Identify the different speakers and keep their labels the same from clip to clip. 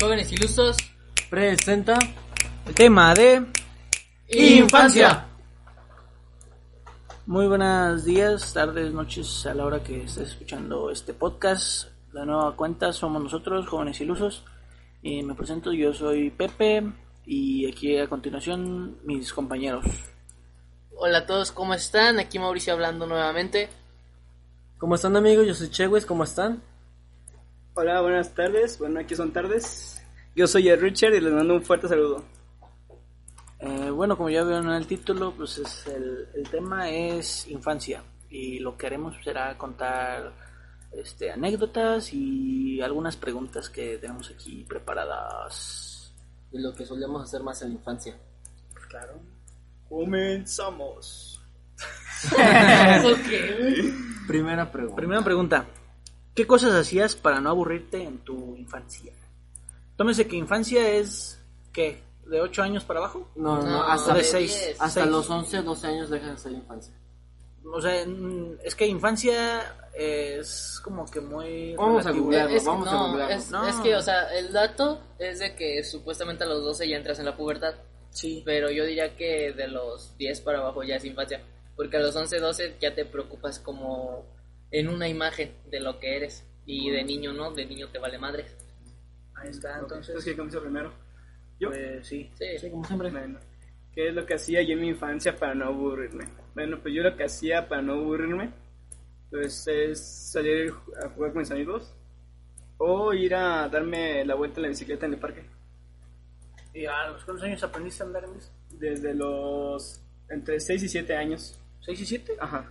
Speaker 1: Jóvenes ilusos,
Speaker 2: Presenta
Speaker 3: El tema de
Speaker 2: Infancia.
Speaker 3: muy buenos días, tardes, noches a la hora que estés escuchando este podcast. La nueva cuenta somos nosotros, jóvenes ilusos. Y me presento, yo soy Pepe y aquí a continuación mis compañeros.
Speaker 1: hola a todos, ¿cómo están? Aquí Mauricio hablando nuevamente.
Speaker 2: ¿Cómo están amigos? Yo soy Chewes, ¿cómo están?
Speaker 4: Hola, buenas tardes. Bueno, aquí son tardes. Yo soy el Richard y les mando un fuerte saludo.
Speaker 3: Eh, bueno, como ya vieron en el título, pues es el, el tema es infancia y lo que haremos será contar este, anécdotas y algunas preguntas que tenemos aquí preparadas. Pues
Speaker 1: Y lo que solemos hacer más en la infancia.
Speaker 3: Claro.
Speaker 4: Comenzamos.
Speaker 2: Primera pregunta.
Speaker 3: Primera pregunta. ¿Qué cosas hacías para no aburrirte en tu infancia? Tómese que infancia es, ¿qué? ¿De 8 años para abajo?
Speaker 2: No, no,
Speaker 1: No,
Speaker 2: hasta,
Speaker 3: Ah, de
Speaker 1: de
Speaker 3: seis.
Speaker 1: diez.
Speaker 2: hasta
Speaker 3: seis.
Speaker 2: los 11, 12 años deja de ser infancia.
Speaker 3: O sea, mm, es que infancia es como que muy...
Speaker 2: Vamos a
Speaker 3: relativo.
Speaker 2: googlear. Claro,
Speaker 1: Es-
Speaker 2: vamos a
Speaker 1: no,
Speaker 2: googlearlo.
Speaker 1: es,
Speaker 3: No.
Speaker 1: es que, o sea, el dato es de que supuestamente a los 12 ya entras en la pubertad,
Speaker 3: Sí.
Speaker 1: pero yo diría que de los 10 para abajo ya es infancia, porque a los 11, 12 ya te preocupas como en una imagen de lo que eres, y de niño no, de niño te vale madre.
Speaker 3: Ahí está, entonces...
Speaker 4: Entonces, ¿qué comienzo primero? ¿Yo?
Speaker 3: Pues sí.
Speaker 1: Sí.
Speaker 2: como siempre.
Speaker 4: Bueno, ¿qué es lo que hacía yo en mi infancia para no aburrirme? Bueno, pues yo lo que hacía para no aburrirme, pues es salir a jugar con mis amigos o ir a darme la vuelta en la bicicleta en el parque.
Speaker 3: ¿Y a los cuántos años aprendiste a andar en bici?
Speaker 4: Desde los entre 6 y 7 años.
Speaker 3: ¿6 y 7?
Speaker 4: Ajá.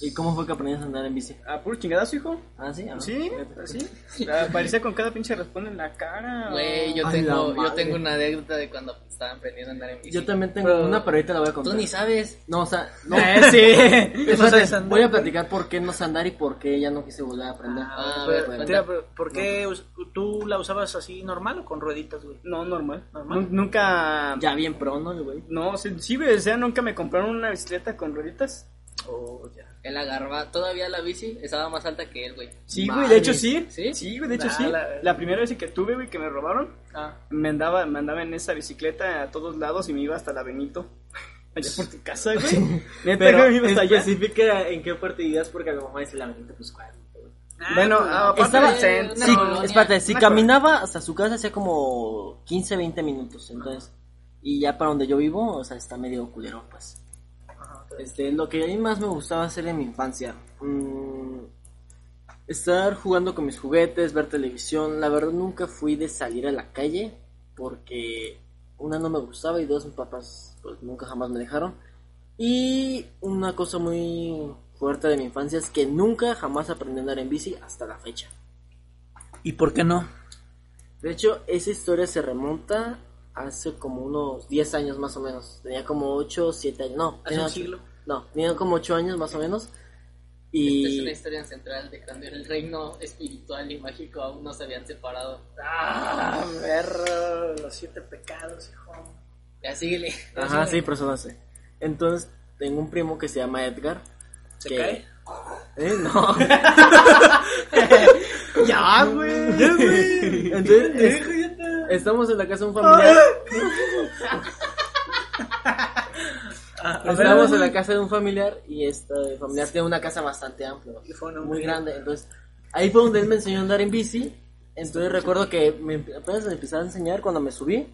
Speaker 2: ¿Y cómo fue que aprendiste a andar en bici?
Speaker 4: ¿A puro chingadazo, hijo?
Speaker 2: Ah, sí, ah,
Speaker 4: Sí,
Speaker 2: fíjate.
Speaker 4: así. Aparecía con cada pinche responde en la cara.
Speaker 1: Güey, yo,
Speaker 2: Ay, la
Speaker 1: tengo, yo
Speaker 2: madre.
Speaker 1: tengo una anécdota de cuando estaba aprendiendo a andar en bici.
Speaker 2: Yo también tengo
Speaker 3: Pero-
Speaker 2: una, pero ahorita la voy a
Speaker 1: Tú
Speaker 2: contar.
Speaker 1: ni sabes.
Speaker 2: No, o sea, no.
Speaker 4: Eh, sí.
Speaker 2: Espérate,
Speaker 3: no sabes andar.
Speaker 2: voy a platicar por qué no sé andar y por qué ya no quise volver a aprender.
Speaker 1: Ah,
Speaker 3: Pero,
Speaker 1: bueno.
Speaker 3: tía, pero, ¿Por qué us- tú la usabas así normal o con rueditas, güey?
Speaker 4: No, normal.
Speaker 3: Normal.
Speaker 4: Nun- Nunca.
Speaker 2: ya bien pro, ¿no, güey?
Speaker 4: No, sí, sí, güey, o sea, nunca me compraron una bicicleta con rueditas.
Speaker 3: Oh, ya.
Speaker 1: Él agarraba, todavía la bici estaba más alta que él, güey.
Speaker 4: Sí,
Speaker 2: Madre.
Speaker 4: güey, de hecho sí.
Speaker 1: ¿Sí?
Speaker 4: güey, de hecho
Speaker 3: Ah,
Speaker 4: sí.
Speaker 3: la-
Speaker 4: La, primera vez que tuve, güey, que me robaron,
Speaker 3: Ah.
Speaker 4: me andaba, me andaba en esa bicicleta a todos lados y me iba hasta la Benito. Allá por tu casa, güey. Neta, güey, me iba hasta allá.
Speaker 2: especifica en qué parte vivías porque a mi mamá dice la gente, pues, cuál.
Speaker 4: Bueno, aparte
Speaker 2: Estaba-
Speaker 4: del centro-
Speaker 1: Una
Speaker 2: Sí,
Speaker 1: colonia.
Speaker 2: espérate, si
Speaker 4: Una
Speaker 2: caminaba hasta su casa hacía como 15, 20 minutos, entonces, y ya para donde yo vivo, o sea, está medio culero, pues. Este, lo que a mí más me gustaba hacer en mi infancia, mm, estar jugando con mis juguetes, ver televisión, la verdad nunca fui de salir a la calle, porque una no me gustaba y dos mis papás pues nunca jamás me dejaron. Y una cosa muy fuerte de mi infancia es que nunca jamás aprendí a andar en bici hasta la fecha.
Speaker 3: ¿Y por qué no?
Speaker 2: De hecho, esa historia se remonta hace como unos 10 años más o menos. Tenía como 8, 7 años. No,
Speaker 3: Hace
Speaker 2: tenía
Speaker 3: un
Speaker 2: ocho-
Speaker 3: siglo.
Speaker 2: No, tenía como 8 años más o menos.
Speaker 1: Esta es
Speaker 2: Y
Speaker 1: una historia central de cuando en el reino espiritual y mágico aún no se habían separado.
Speaker 3: Ah, perro, los siete pecados, hijo.
Speaker 1: Ya síguele.
Speaker 2: Ajá, sí, por eso no sé. Entonces, tengo un primo que se llama Edgar.
Speaker 3: ¿Se
Speaker 2: que-
Speaker 3: cae?
Speaker 2: ¿Eh? No.
Speaker 4: Ya, güey. Ya, güey.
Speaker 2: Entonces, es- estamos en la casa de un familiar.
Speaker 3: Ah,
Speaker 2: Estábamos en la casa de un familiar y este familiar tiene una casa bastante amplia,
Speaker 3: Y fue una
Speaker 2: muy
Speaker 3: mujer.
Speaker 2: grande. Entonces, ahí fue donde él me enseñó a andar en bici. Entonces, recuerdo que me, empe- apenas me empezaba a enseñar cuando me subí.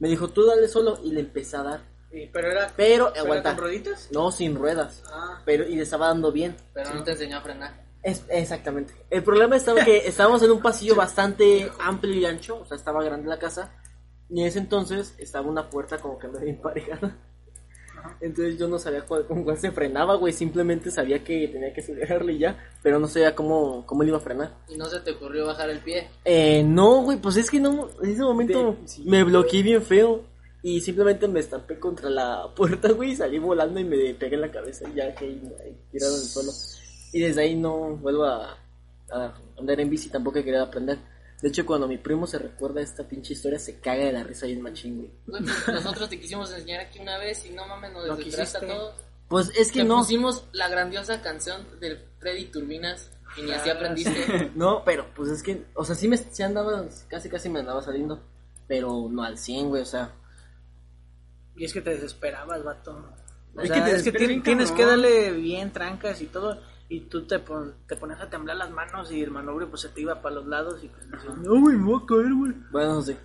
Speaker 2: Me dijo, tú dale solo y le empecé a dar.
Speaker 3: Sí, pero era.
Speaker 2: Pero,
Speaker 3: ¿pero
Speaker 2: aguanta.
Speaker 3: con rueditas?
Speaker 2: No, sin ruedas.
Speaker 3: Ah.
Speaker 2: Pero, y le estaba dando bien.
Speaker 1: Pero no te enseñó a frenar.
Speaker 2: Es- exactamente. El problema estaba que estábamos en un pasillo bastante amplio y ancho, o sea, estaba grande la casa. Y en ese entonces estaba una puerta como que medio emparejada. Entonces yo no sabía cuál- con cuál se frenaba, güey. Simplemente sabía que tenía que acelerarle y ya. Pero no sabía cómo, cómo le iba a frenar.
Speaker 1: Y no se te ocurrió bajar el pie.
Speaker 2: Eh, no, güey, pues es que no, en ese momento
Speaker 4: Te- sí.
Speaker 2: me bloqueé bien feo y simplemente me estampé contra la puerta, güey, y salí volando y me pegué en la cabeza y ya que ahí tirado en el suelo. Y desde ahí no vuelvo a, a andar en bici, tampoco he querido aprender. De hecho, cuando mi primo se recuerda esta pinche historia, se caga de la risa y es machín, güey.
Speaker 1: Güey, pues, Nosotros te quisimos enseñar aquí una vez y no mames, nos
Speaker 4: No
Speaker 1: desesperaste a
Speaker 4: quisiste.
Speaker 1: todos.
Speaker 2: Pues es que
Speaker 1: Te
Speaker 2: no,
Speaker 1: pusimos la grandiosa canción del Freddy Turbinas y ni así
Speaker 4: Ah,
Speaker 1: aprendiste.
Speaker 2: no, pero pues es que, o sea, sí me sí andaba, casi casi me andaba saliendo, pero no al 100, güey, o sea,
Speaker 3: Y es que te desesperabas, vato. O sea,
Speaker 4: Es que te
Speaker 3: es que
Speaker 4: desesperas
Speaker 3: tien-
Speaker 4: bien
Speaker 3: tienes
Speaker 4: cabrón.
Speaker 3: que darle bien trancas y todo. Y tú te, pon- te pones a temblar las manos y el manubrio pues se te iba para los lados. Y pues, dices, no, güey, me voy a caer, güey.
Speaker 2: bueno, sí.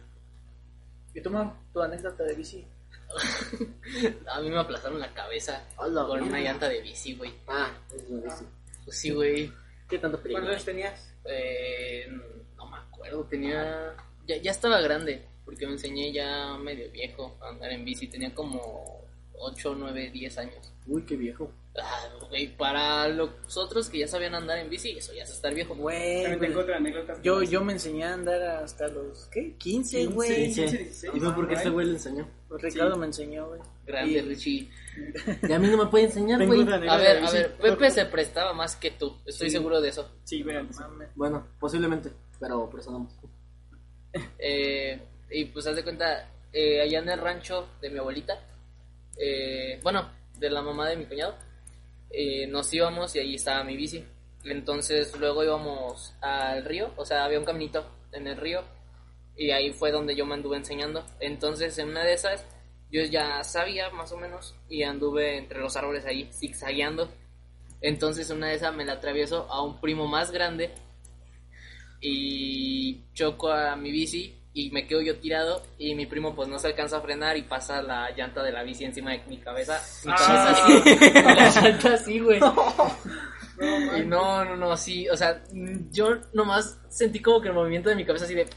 Speaker 3: Y toma tu anécdota de bici.
Speaker 1: a mí me aplastaron la cabeza
Speaker 2: Hola,
Speaker 1: con una
Speaker 2: mira.
Speaker 1: llanta de bici, güey.
Speaker 2: Ah, es lo que sí.
Speaker 1: Pues sí, güey.
Speaker 2: ¿Qué tanto peligro?
Speaker 3: ¿Cuántos años tenías?
Speaker 1: Eh, no me acuerdo, tenía. Ya, ya estaba grande, porque me enseñé ya medio viejo a andar en bici. Tenía como 8, 9, 10 años.
Speaker 2: Uy, qué viejo.
Speaker 1: Ah, güey, para los otros que ya sabían andar en bici, eso ya es estar viejo.
Speaker 3: Güey,
Speaker 4: También tengo
Speaker 3: güey.
Speaker 4: otra anécdota.
Speaker 3: Eh, pues, Yo, yo me enseñé a andar hasta los, ¿qué? 15, güey. Pues,
Speaker 4: sí,
Speaker 2: ¿Y fue porque este güey le enseñó?
Speaker 3: Ricardo me enseñó, güey.
Speaker 1: Grande,
Speaker 3: Y-
Speaker 1: Richie.
Speaker 2: Y a mí no me puede enseñar,
Speaker 4: Tengo
Speaker 2: güey.
Speaker 4: otra anécdota.
Speaker 1: A ver,
Speaker 4: de
Speaker 1: a
Speaker 4: bici.
Speaker 1: ver, Pepe se prestaba más que tú, estoy seguro de eso.
Speaker 4: Sí, güey, antes.
Speaker 3: mames.
Speaker 2: Bueno, posiblemente, pero por eso no.
Speaker 1: Eh, y pues haz de cuenta, eh, allá en el rancho de mi abuelita, eh, bueno, de la mamá de mi cuñado, eh, nos íbamos y ahí estaba mi bici. Entonces luego íbamos al río, o sea, había un caminito en el río y ahí fue donde yo me anduve enseñando. Entonces en una de esas yo ya sabía más o menos y anduve entre los árboles ahí zigzagueando. Entonces en una de esas me la atravieso a un primo más grande y choco a mi bici y me quedo yo tirado y mi primo pues no se alcanza a frenar y pasa la llanta de la bici encima de mi cabeza. Mi cabeza así, la llanta así, güey. Y no, no, no, sí, o sea, mm, yo nomás sentí como que el movimiento de mi cabeza así de...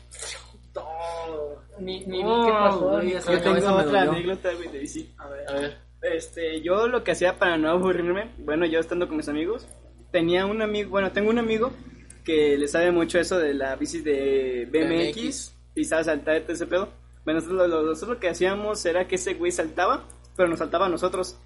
Speaker 1: Ni, ni vi qué pasó,
Speaker 2: güey,
Speaker 1: ni-
Speaker 2: esa
Speaker 4: Oh, Yo
Speaker 1: no,
Speaker 4: tengo
Speaker 2: cabeza me
Speaker 4: otra
Speaker 2: dolió.
Speaker 4: anécdota güey, de bici.
Speaker 3: A ver.
Speaker 1: A ver,
Speaker 4: Este, yo lo que hacía para no aburrirme, bueno, yo estando con mis amigos, tenía un amigo, bueno, tengo un amigo que le sabe mucho eso de la bici de BMX,
Speaker 1: BMX.
Speaker 4: y sabe saltar y todo ese pedo. Bueno, nosotros lo, lo- nosotros lo que hacíamos era que ese güey saltaba, pero nos saltaba a nosotros.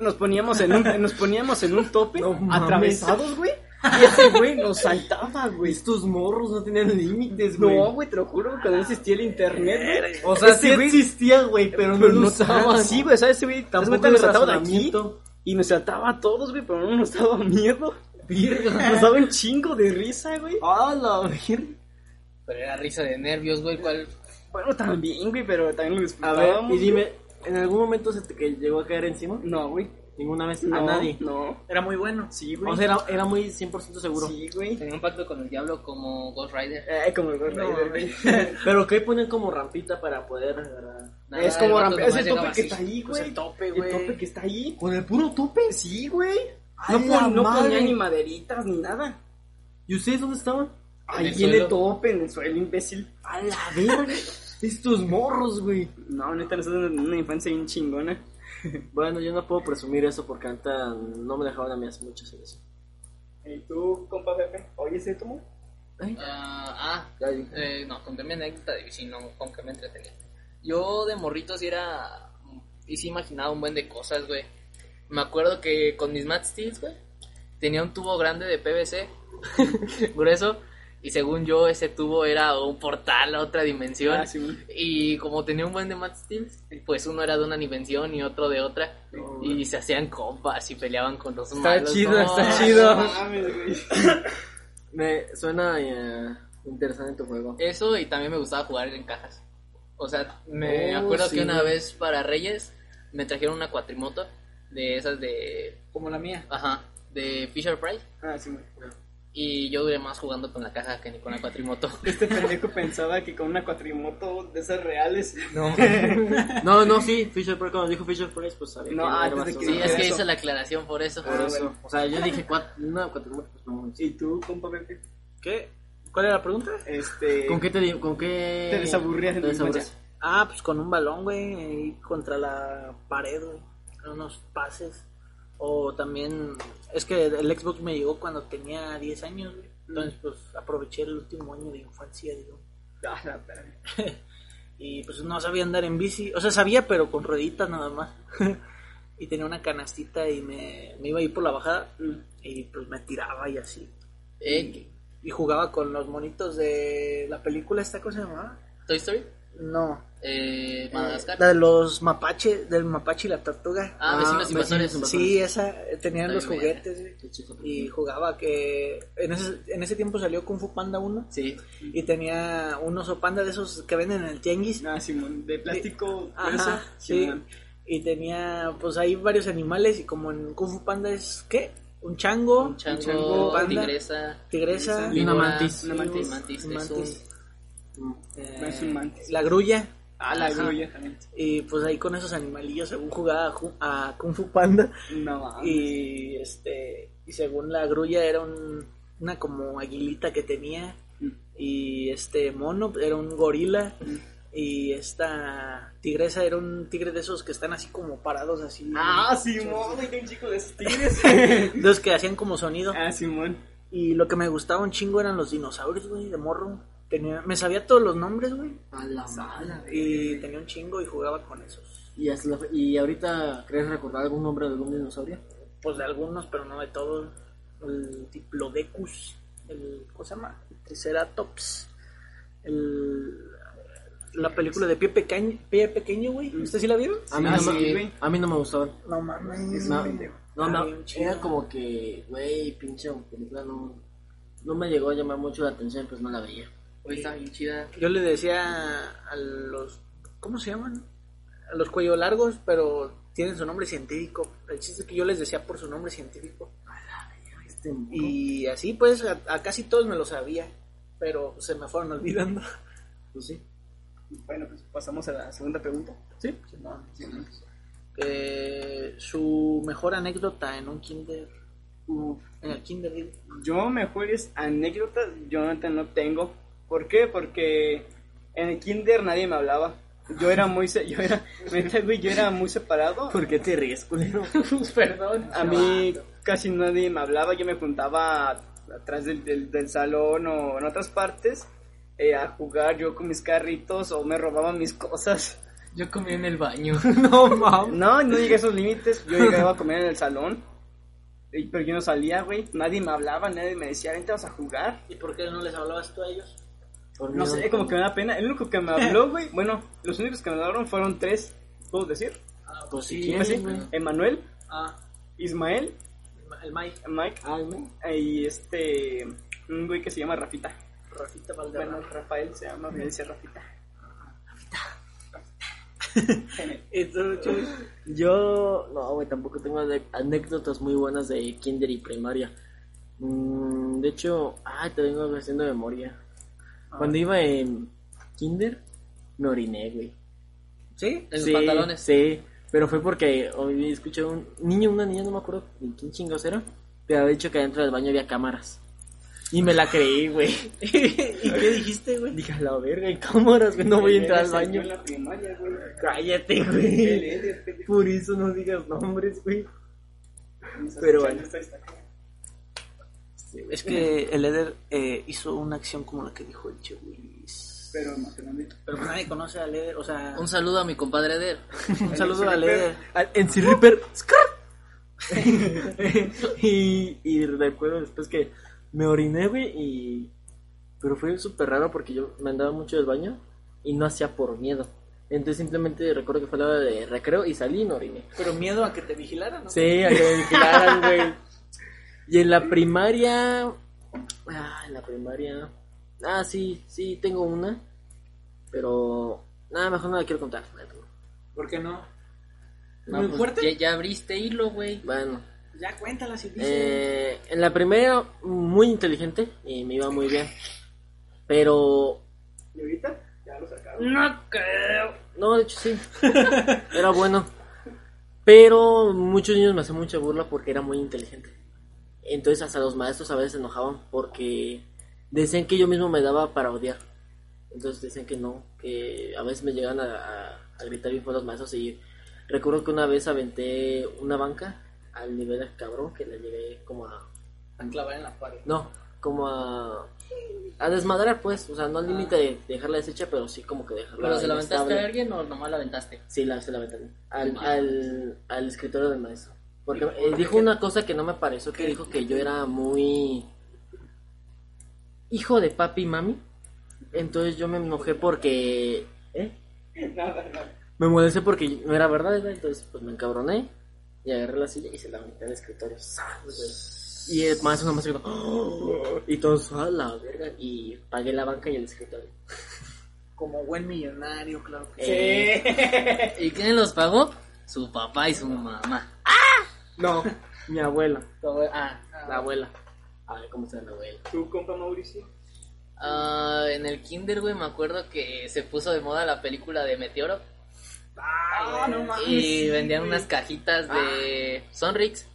Speaker 4: Nos poníamos en un, nos poníamos en un tope,
Speaker 2: No mames.
Speaker 4: atravesados, güey. Y ese güey nos saltaba, güey.
Speaker 2: Estos morros no tenían límites, güey.
Speaker 4: No, güey, te lo juro, que no existía el internet, güey.
Speaker 2: O sea,
Speaker 4: Ese
Speaker 2: sí
Speaker 4: güey-
Speaker 2: existía, güey, pero, no lo usaban.
Speaker 4: Sí, güey, ¿sabes? Ese güey
Speaker 2: Tampoco
Speaker 4: tampoco nos
Speaker 2: el
Speaker 4: saltaba de aquí.
Speaker 2: razonamiento.
Speaker 4: Y nos saltaba a todos, güey, pero no nos daba miedo. Nos daba un chingo de risa, güey.
Speaker 2: A la verga.
Speaker 1: pero era risa de nervios, güey, ¿cuál?
Speaker 4: Bueno, también, güey, pero también lo
Speaker 2: A
Speaker 4: disfrutábamos.
Speaker 2: ver, y
Speaker 4: güey.
Speaker 2: dime, ¿en algún momento se te que llegó a caer encima?
Speaker 4: No, güey.
Speaker 2: Ninguna vez.
Speaker 4: No,
Speaker 2: a nadie.
Speaker 4: No.
Speaker 3: Era muy bueno.
Speaker 4: Sí, güey.
Speaker 2: O sea, era, era muy 100% seguro.
Speaker 4: sí, güey.
Speaker 1: Tenía un pacto con el diablo como Ghost Rider.
Speaker 4: Eh, como el Ghost
Speaker 3: No,
Speaker 4: Rider, güey.
Speaker 2: Pero que ponen como rampita para poder. ¿verdad?
Speaker 1: Nada,
Speaker 4: es como
Speaker 1: el vato
Speaker 4: rampe-
Speaker 1: nomás
Speaker 4: Ese tope
Speaker 1: llegaba así.
Speaker 4: que está ahí,
Speaker 3: Pues
Speaker 4: güey.
Speaker 3: el tope, güey.
Speaker 4: El tope que está ahí.
Speaker 2: ¿Con el puro tope?
Speaker 4: Sí, güey.
Speaker 2: A
Speaker 4: No,
Speaker 2: la
Speaker 4: pon- no ponía
Speaker 2: madre.
Speaker 4: ni maderitas ni nada.
Speaker 2: ¿Y ustedes dónde estaban?
Speaker 1: En el
Speaker 4: Ahí en el
Speaker 1: suelo.
Speaker 4: tope, en el suelo, imbécil.
Speaker 2: A la verga. Estos morros, güey.
Speaker 4: No, neta, nosotros en una infancia bien chingona.
Speaker 2: Bueno, yo no puedo presumir eso porque ahorita no me dejaban a mí hace mucho hacer eso.
Speaker 4: ¿Y tú, compa Pepe? Oye, ese tomo.
Speaker 1: Ah, ah,
Speaker 2: Ya dije.
Speaker 1: eh, no, conté mi anécdota de bici, no, con que me entretenía. Yo de morrito sí era. Y sí imaginaba un buen de cosas, güey. Me acuerdo que con mis Mad Steels, güey, tenía un tubo grande de PVC, grueso, y según yo, ese tubo era un portal a otra dimensión.
Speaker 4: Ah, sí, güey.
Speaker 1: Y como tenía un buen de Mad Steels, pues uno era de una dimensión y otro de otra. y se hacían compas y peleaban con los malos.
Speaker 2: chido, está
Speaker 1: ay,
Speaker 2: chido.
Speaker 1: no,
Speaker 4: mames, güey.
Speaker 2: Me suena eh, interesante tu juego.
Speaker 1: Eso y también me gustaba jugar en cajas. O sea, me
Speaker 2: Oh,
Speaker 1: acuerdo
Speaker 2: sí,
Speaker 1: que una
Speaker 2: güey.
Speaker 1: vez para Reyes me trajeron una cuatrimoto de esas de,
Speaker 3: Como la mía.
Speaker 1: ajá, de Fisher Price
Speaker 4: Ah, sí, güey.
Speaker 1: y yo duré más jugando con la caja que ni con la cuatrimoto.
Speaker 4: Este pendejo pensaba que con una cuatrimoto de esas reales.
Speaker 1: No,
Speaker 2: No, no, sí, Fisher Price, cuando dijo Fisher Price, pues sabía
Speaker 4: No, ah,
Speaker 2: que era
Speaker 4: antes de
Speaker 2: basura.
Speaker 4: que
Speaker 1: sí, es que
Speaker 4: Eso.
Speaker 1: hice la aclaración por eso.
Speaker 2: Por
Speaker 4: Ah,
Speaker 2: eso.
Speaker 4: bueno.
Speaker 2: O sea, yo dije cuatro, no, cuatro, pues no.
Speaker 4: ¿Y tú, compa Pepe?
Speaker 3: ¿Qué? ¿Cuál era la pregunta?
Speaker 4: Este.
Speaker 2: ¿Con qué te digo? ¿Con qué?
Speaker 4: Te desaburrías en
Speaker 2: te
Speaker 4: tu
Speaker 2: desaburrías?
Speaker 3: Ah, pues con un balón, güey, ahí contra la pared, güey. hacer unos pases. O también, es que el Xbox me llegó cuando tenía 10 años, güey. Entonces, pues aproveché el último año de infancia, digo.
Speaker 4: Ah, la verga.
Speaker 3: Y pues no sabía andar en bici. O sea, sabía, pero con rueditas nada más. y tenía una canastita y me, me iba a ir por la bajada. Y pues me tiraba y así.
Speaker 1: Eh, ¿qué?
Speaker 3: Y jugaba con los monitos de la película, ¿esta cosa se llamaba?
Speaker 1: ¿Toy Story?
Speaker 3: No.
Speaker 1: Eh,
Speaker 3: Eh,
Speaker 1: Madagascar.
Speaker 3: la de los mapache, del mapache y la tortuga.
Speaker 1: Ah, vecinos invasores.
Speaker 3: Sí, esa, eh, tenían
Speaker 1: Está
Speaker 3: los
Speaker 1: bien, buena.
Speaker 3: juguetes güey, y jugaba que en ese, en ese tiempo salió Kung Fu Panda 1
Speaker 1: Sí.
Speaker 3: y tenía un oso panda de esos que venden en el tianguis.
Speaker 4: Ah, Simón, de plástico grueso.
Speaker 3: Ajá, sí.
Speaker 4: Simón.
Speaker 3: Y tenía, pues hay varios animales y como en Kung Fu Panda es, ¿qué? Un chango,
Speaker 1: Un chango,
Speaker 3: un panda,
Speaker 1: tigresa,
Speaker 3: tigresa,
Speaker 2: Y una
Speaker 1: víbora,
Speaker 2: mantis.
Speaker 1: Una mantis.
Speaker 3: un
Speaker 1: mantis,
Speaker 3: un
Speaker 1: es
Speaker 3: mantis,
Speaker 1: un-
Speaker 3: eh,
Speaker 4: No es un mantis.
Speaker 3: la grulla.
Speaker 4: Ah, la
Speaker 3: Ajá.
Speaker 4: grulla también.
Speaker 3: Y pues ahí con esos animalillos, según jugaba a Ju- a Kung Fu Panda.
Speaker 4: No, mames.
Speaker 3: Y este y según la grulla era un- una como aguilita que tenía
Speaker 4: Mm.
Speaker 3: y este mono era un gorila y esta tigresa era un tigre de esos que están así como parados así.
Speaker 4: Ah, Simón, güey, de un chico de esos tigres.
Speaker 3: de los que hacían como sonido.
Speaker 4: ah, Simón.
Speaker 3: Y lo que me gustaba un chingo eran los dinosaurios, güey, de morro. Tenía, me sabía todos los nombres, güey.
Speaker 2: A la mala.
Speaker 3: Y tenía un chingo y jugaba con esos.
Speaker 2: ¿Y, hasta la fe- ¿Y ahorita crees recordar algún nombre de algún dinosaurio?
Speaker 3: Pues de algunos, pero no de todos. El Diplodecus, el, ¿cómo se llama? El Triceratops. El, la película de Pie Pequeño, Pie Pequeño, güey. ¿Usted sí la vieron?
Speaker 2: A mí,
Speaker 4: Ah,
Speaker 2: no,
Speaker 4: sí,
Speaker 2: me,
Speaker 4: güey.
Speaker 2: a mí no me gustaban.
Speaker 3: Mm. No mames.
Speaker 2: No,
Speaker 3: pendejo.
Speaker 2: no,
Speaker 3: Ah,
Speaker 2: no,
Speaker 3: bien chido.
Speaker 2: era como que, güey, pinche película no, no me llegó a llamar mucho la atención, pues no la veía.
Speaker 1: Hoy está bien chida.
Speaker 3: Yo le decía a los. ¿Cómo se llaman? A los cuello largos, pero tienen su nombre científico. El chiste es que yo les decía por su nombre científico.
Speaker 2: Este, moco.
Speaker 3: Y así, pues, a, a casi todos me lo sabía. Pero se me fueron olvidando.
Speaker 2: pues sí.
Speaker 4: Bueno, pues pasamos a la segunda pregunta. ¿Sí? Simón.
Speaker 3: Eh, su mejor anécdota en un kinder. uh,
Speaker 4: Uf.
Speaker 3: En el kinder, digo.
Speaker 4: Yo mejores anécdotas, yo ahorita no tengo. ¿Por qué? Porque en el kinder nadie me hablaba. Yo era muy, se- yo era, neta, güey, yo era muy separado.
Speaker 2: ¿Por qué te ríes, culero?
Speaker 4: Perdón. A mí casi nadie me hablaba, yo me juntaba atrás del, del- del salón o en otras partes eh, a jugar yo con mis carritos o me robaban mis cosas.
Speaker 1: Yo comí en el baño.
Speaker 2: no, mam.
Speaker 4: No, no llegué a esos límites. Yo llegaba a comer en el salón, y- pero yo no salía, güey. Nadie me hablaba, nadie me decía, vente, vas a jugar.
Speaker 3: ¿Y por qué no les hablabas tú a ellos?
Speaker 2: Por
Speaker 4: No
Speaker 2: miedo.
Speaker 4: sé, como que me da pena. El único que me habló, güey. Bueno, los únicos que me hablaron fueron tres, puedo decir.
Speaker 2: Pues si
Speaker 4: Pues sí,
Speaker 2: quieres, güey.
Speaker 4: Emanuel,
Speaker 3: Ah,
Speaker 4: Ismael,
Speaker 3: el Mike,
Speaker 4: Mike eh,
Speaker 2: Alma.
Speaker 4: y este. Un güey que se llama Rafita.
Speaker 3: Rafita
Speaker 4: Bueno,
Speaker 3: Valderrama.
Speaker 4: Rafael se llama, me dice Rafita.
Speaker 3: ¿Y tú, Chuy?
Speaker 2: Yo, no, güey, tampoco tengo ane- anécdotas muy buenas de kinder y primaria. Mm, de hecho, ay, te vengo haciendo memoria. Cuando iba en kinder, me oriné, güey.
Speaker 3: ¿Sí?
Speaker 1: En los pantalones.
Speaker 2: Sí, pero fue porque hoy escuché un niño, una niña, no me acuerdo de quién chingados era, que había dicho que dentro del baño había cámaras. Y me la creí, güey.
Speaker 3: ¿Y qué dijiste, güey?
Speaker 2: Dije, a la verga, hay cámaras, güey, no voy a entrar al
Speaker 4: Yo
Speaker 2: baño.
Speaker 4: en la primaria, güey. este,
Speaker 2: Cállate, güey. Por eso no digas nombres, güey. Pero bueno.
Speaker 3: Es que el Eder eh, hizo una acción como la que dijo el Che Willis.
Speaker 4: Pero emocionalmente.
Speaker 3: Pero pues nadie conoce al Eder, o sea,
Speaker 1: Un saludo a mi compadre Eder.
Speaker 3: un saludo al Eder.
Speaker 2: Al- En Sea Reaper. ¡skrrt! y, y recuerdo después que me oriné, güey, y... Pero fue súper raro porque yo me andaba mucho del baño y no hacía por miedo. Entonces simplemente recuerdo que fue la hora de recreo y salí y me oriné.
Speaker 3: Pero miedo a que te vigilaran, ¿no?
Speaker 2: Sí, a que me vigilaran, güey. Y en la primaria... Ah, en la primaria... Ah, sí, sí, tengo una. Pero... Nada, mejor no la quiero contar.
Speaker 3: ¿Por qué no?
Speaker 2: No,
Speaker 3: ¿Muy
Speaker 2: pues,
Speaker 3: fuerte?
Speaker 1: Ya, ya abriste hilo, güey.
Speaker 2: Bueno.
Speaker 3: Ya cuéntala si dice.
Speaker 2: Eh, en la primera, muy inteligente y me iba muy bien. Pero.
Speaker 4: ¿Y ahorita? Ya lo sacaron.
Speaker 1: No creo.
Speaker 2: No, de hecho sí. Era bueno. Pero muchos niños me hacían mucha burla porque era muy inteligente. Entonces, hasta los maestros a veces se enojaban porque decían que yo mismo me daba para odiar. Entonces, decían que no, que a veces me llegaban a, a- a gritar bien fuerte los maestros y Recuerdo que una vez aventé una banca al nivel del cabrón que la llevé como a
Speaker 1: A clavar en la pared.
Speaker 2: No, como a, a desmadrar, pues. O sea, no al límite de dejarla deshecha, pero sí como que dejarla.
Speaker 1: ¿Pero se la aventaste
Speaker 2: inestable.
Speaker 1: a alguien o nomás la aventaste?
Speaker 2: Sí, la, se la aventé. Al, al, al escritorio del maestro. Porque eh, dijo una cosa que no me pareció, que dijo que yo era muy hijo de papi y mami. Entonces yo me enojé porque... ¿Eh? Me molesté porque no era verdad, ¿verdad? entonces pues me encabroné y agarré la silla y se la aventé al escritorio. ¡zas, güey! Y el maestro nomás se quedó... ¡oh! Y todos a la verga y pagué la banca y el escritorio.
Speaker 3: Como buen millonario, claro que
Speaker 2: Eh,
Speaker 1: ¿Y quién los pagó? Su papá y su mamá.
Speaker 2: no, mi abuela.
Speaker 1: Ah,
Speaker 2: La abuela. A ver cómo está la abuela.
Speaker 4: ¿Tú, compa Mauricio?
Speaker 1: ah, en el kinder, güey, me acuerdo que se puso de moda la película de Meteoro.
Speaker 4: Ah, no mames.
Speaker 1: Y vendían unas cajitas de
Speaker 3: Ah.
Speaker 1: Sonrix,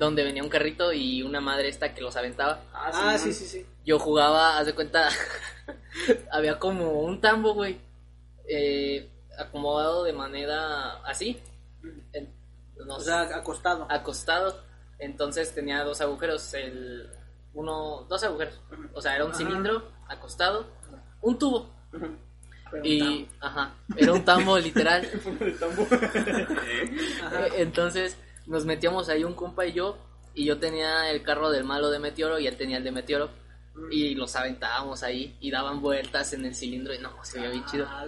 Speaker 1: donde venía un carrito y una madre esta que los aventaba.
Speaker 3: Ah, sí, sí, sí.
Speaker 1: Yo jugaba, haz de cuenta, había como un tambo, güey, eh, acomodado de manera así, en- no
Speaker 3: O
Speaker 1: sé,
Speaker 3: sea, acostado.
Speaker 1: acostado. Entonces tenía dos agujeros, el uno, dos agujeros, o sea, era un cilindro acostado, un tubo
Speaker 3: Ah,
Speaker 1: y, ajá, era un tambo literal. Eh, Entonces nos metíamos ahí un compa y yo, y yo tenía el carro del malo de Meteoro y él tenía el de Meteoro. Y los aventábamos ahí y daban vueltas en el cilindro y no, se veía bien chido.
Speaker 3: Ah,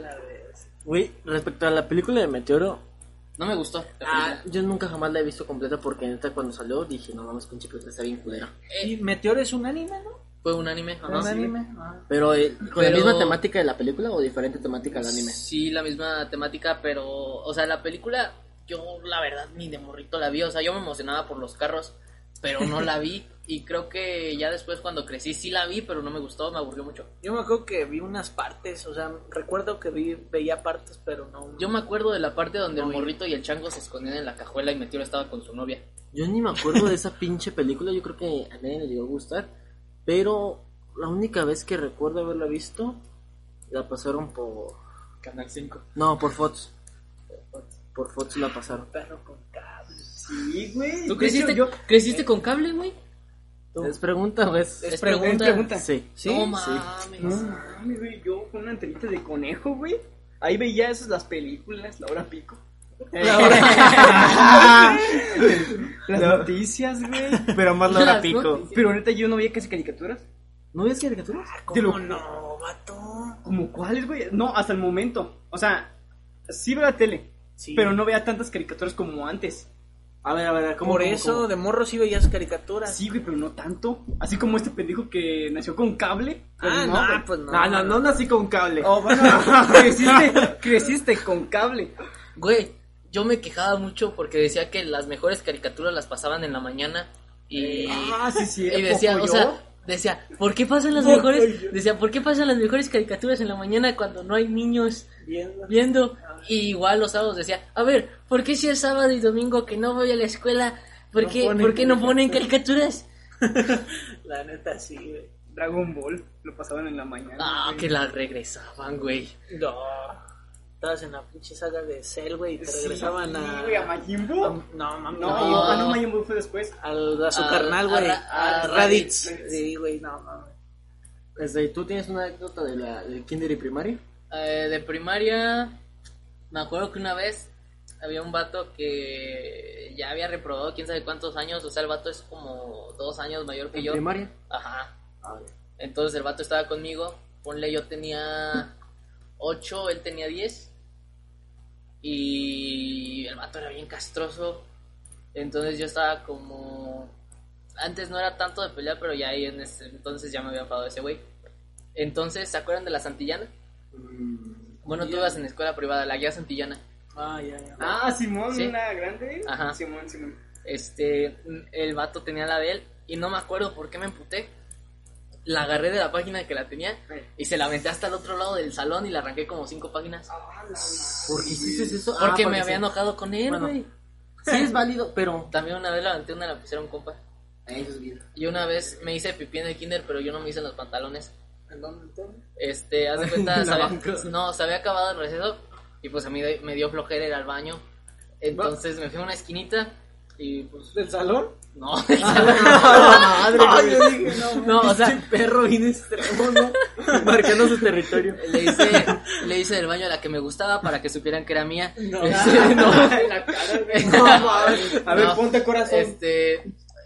Speaker 2: Güey, respecto a la película de Meteoro, ah,
Speaker 1: No me gustó. la película.
Speaker 2: yo nunca jamás la he visto completa porque neta cuando salió dije, no mames, pinche película está bien culera.
Speaker 3: Y Meteor es un anime, ¿no?
Speaker 1: Fue un anime. ajá.
Speaker 3: un anime. Ah.
Speaker 2: Pero, eh, ¿con la
Speaker 1: Pero-
Speaker 2: misma temática de la película o diferente temática del anime?
Speaker 1: Pues Sí, la misma temática, pero, o sea, la película, yo la verdad ni de morrito la vi, o sea, yo me emocionaba por los carros, pero no la vi. Y creo que ya después cuando crecí sí la vi, pero no me gustó, me aburrió mucho.
Speaker 3: Yo me acuerdo que vi unas partes, o sea, recuerdo que vi, veía partes, pero no.
Speaker 1: Yo me acuerdo de la parte donde
Speaker 3: No,
Speaker 1: el
Speaker 3: yo-
Speaker 1: morrito y el chango se escondían en la cajuela y Meteoro estaba con su novia.
Speaker 2: Yo ni me acuerdo de esa pinche película, yo creo que a nadie le llegó a gustar, pero la única vez que recuerdo haberla visto, la pasaron por...
Speaker 1: Canal 5.
Speaker 2: No, por Fox. Por Fox la pasaron.
Speaker 3: Perro con cables.
Speaker 4: Sí, güey.
Speaker 1: ¿Tú
Speaker 4: De
Speaker 1: creciste,
Speaker 4: hecho,
Speaker 1: creciste con cable, güey?
Speaker 2: ¿Es pregunta o es...?
Speaker 1: Es pregunta.
Speaker 4: pregunta.
Speaker 2: Sí.
Speaker 1: No mames.
Speaker 4: yo- No mames, güey. Yo con una antenita de conejo, güey. Ahí veía esas las películas, la hora pico. Eh, las noticias, güey.
Speaker 2: Pero más
Speaker 1: la hora pico.
Speaker 4: Pero neta yo no veía casi caricaturas.
Speaker 2: ¿No ves caricaturas?
Speaker 4: Te lo-
Speaker 3: ¿Cómo no, vato?
Speaker 4: ¿Como cuáles, güey? No, hasta el momento. O sea, sí veo la tele,
Speaker 3: Sí.
Speaker 4: pero no veía tantas caricaturas como antes.
Speaker 2: A ver, a ver, ¿cómo?
Speaker 3: Por
Speaker 2: cómo,
Speaker 3: eso,
Speaker 2: cómo?
Speaker 3: de morro sí veías caricaturas.
Speaker 4: Sí, güey, pero no tanto. Así como este pendejo que nació con cable. pues
Speaker 3: Ah,
Speaker 4: no,
Speaker 3: no,
Speaker 4: güey.
Speaker 3: pues no.
Speaker 2: No, no, no nací con cable.
Speaker 4: Oh, bueno, creciste, creciste con cable.
Speaker 1: Güey, yo me quejaba mucho porque decía que las mejores caricaturas las pasaban en la mañana y,
Speaker 2: Eh,
Speaker 4: Ah, sí, sí.
Speaker 1: y decía, o
Speaker 4: Pocoyo.
Speaker 1: sea, decía, ¿por qué pasan las mejores? Decía, ¿por qué pasan las mejores caricaturas en la mañana cuando no hay niños
Speaker 3: Viendo.
Speaker 1: viendo? Y igual los sábados decía, a ver, ¿por qué si es sábado y domingo que no voy a la escuela? ¿Por,
Speaker 3: No
Speaker 1: qué,
Speaker 3: ponen
Speaker 1: ¿por qué no ponen caricaturas?
Speaker 3: La neta sí, güey.
Speaker 4: Dragon Ball lo pasaban en la mañana.
Speaker 1: Ah,
Speaker 4: güey.
Speaker 1: que las regresaban, güey.
Speaker 3: No. Estabas en la pinche saga de Cell, güey, y te
Speaker 4: Sí,
Speaker 3: regresaban a...
Speaker 4: güey, a Majin Buu.
Speaker 3: a- No, mami.
Speaker 4: No,
Speaker 3: No,
Speaker 4: ah, no, Majin Buu fue después.
Speaker 3: al- a su
Speaker 1: A-
Speaker 3: carnal, güey.
Speaker 1: a Ra- a
Speaker 3: A Raditz. Sí, güey, no, mames.
Speaker 2: Este, ¿Tú tienes una anécdota de la, del kinder y primaria?
Speaker 1: Eh, de primaria, me acuerdo que una vez había un vato que ya había reprobado quién sabe cuántos años, o sea, el vato es como dos años mayor que yo.
Speaker 2: ¿Primaria?
Speaker 1: Ajá. Entonces el vato estaba conmigo, ponle yo tenía ocho, él tenía 10 y el vato era bien castroso, entonces yo estaba como... Antes no era tanto de pelear, pero ya ahí en ese entonces ya me había enfadado ese güey. Entonces, ¿se acuerdan de la Santillana? Bueno, tú ibas en escuela privada, la guía Santillana.
Speaker 3: Ah, ya, ya.
Speaker 4: Ah, Simón,
Speaker 1: Sí.
Speaker 4: una grande.
Speaker 1: Ajá.
Speaker 4: Simón, Simón.
Speaker 1: Este, el vato tenía la de él y no me acuerdo por qué me emputé. La agarré de la página que la tenía y se la aventé hasta el otro lado del salón y la arranqué como cinco páginas.
Speaker 2: Ah, ¿Por qué hiciste eso? Ah,
Speaker 1: Porque me había
Speaker 2: habían
Speaker 1: enojado con él,
Speaker 2: Bueno.
Speaker 1: güey.
Speaker 2: Sí, es válido, pero...
Speaker 1: También una vez la aventé una la pusieron compa.
Speaker 2: Eso es bien.
Speaker 1: Y una vez me hice pipí en el kinder, pero yo no me hice en los pantalones.
Speaker 3: ¿En dónde entonces?
Speaker 1: Este, haz de
Speaker 2: En
Speaker 1: cuenta,
Speaker 2: la
Speaker 1: se había-
Speaker 2: banca.
Speaker 1: no, se había acabado el receso y pues a mí de- me dio flojera ir al baño. Entonces me fui a una esquinita y pues
Speaker 2: ¿Del salón?
Speaker 1: no, el salón, no,
Speaker 2: Ah,
Speaker 1: madre,
Speaker 2: yo dije, no,
Speaker 1: No, o sea-
Speaker 2: pinche perro bien extremo, ¿no? Marcando su territorio.
Speaker 1: güey. le hice, le hice del baño a la que me gustaba para que supieran que era mía.
Speaker 2: No.
Speaker 1: Este, no.
Speaker 2: No, mames.
Speaker 4: A ver,
Speaker 1: No,
Speaker 4: ponte corazón.
Speaker 1: Este,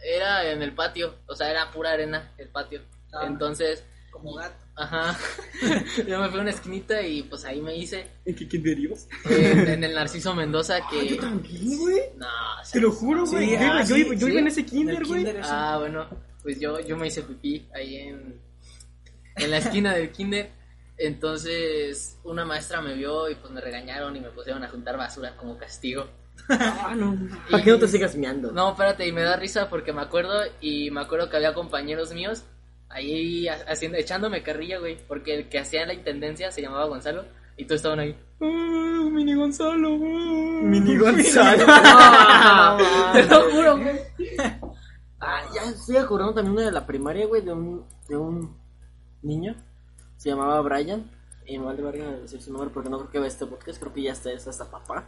Speaker 1: era en el patio, o sea, era pura arena el patio. Entonces,
Speaker 5: Como gato.
Speaker 1: ajá, yo me fui a una esquinita y pues ahí me hice
Speaker 4: ¿En qué quinderíos?
Speaker 1: en, en el Narciso Mendoza que...
Speaker 4: También, güey.
Speaker 1: No, o sea,
Speaker 4: Te lo juro,
Speaker 2: Sí,
Speaker 4: güey. Yo
Speaker 2: ah,
Speaker 4: iba- yo
Speaker 2: sí,
Speaker 4: iba- yo
Speaker 1: sí.
Speaker 4: iba en ese kinder,
Speaker 2: El
Speaker 4: güey.
Speaker 2: kinder es-
Speaker 1: Ah, bueno, pues yo, yo me hice pipí ahí en, en la esquina del kinder. Entonces, una maestra me vio y pues me regañaron y me pusieron a juntar basura como castigo.
Speaker 2: Ah, no.
Speaker 1: Y-
Speaker 2: ¿Para qué no te sigas miando?
Speaker 1: No, espérate, y me da risa porque me acuerdo y me acuerdo que había compañeros míos ahí ha- haciendo, echándome carrilla, güey, porque el que hacía la intendencia se llamaba Gonzalo y todos estaban ahí.
Speaker 4: Ah, mini Gonzalo. Mini Gonzalo.
Speaker 3: Ah,
Speaker 1: Te lo juro, güey.
Speaker 2: Ah, ya estoy acordando también una de la primaria, güey, de un, de un niño. Se llamaba Brian. Y me vale verga decir su nombre porque no creo que vea este podcast. Creo que ya está, es hasta papá.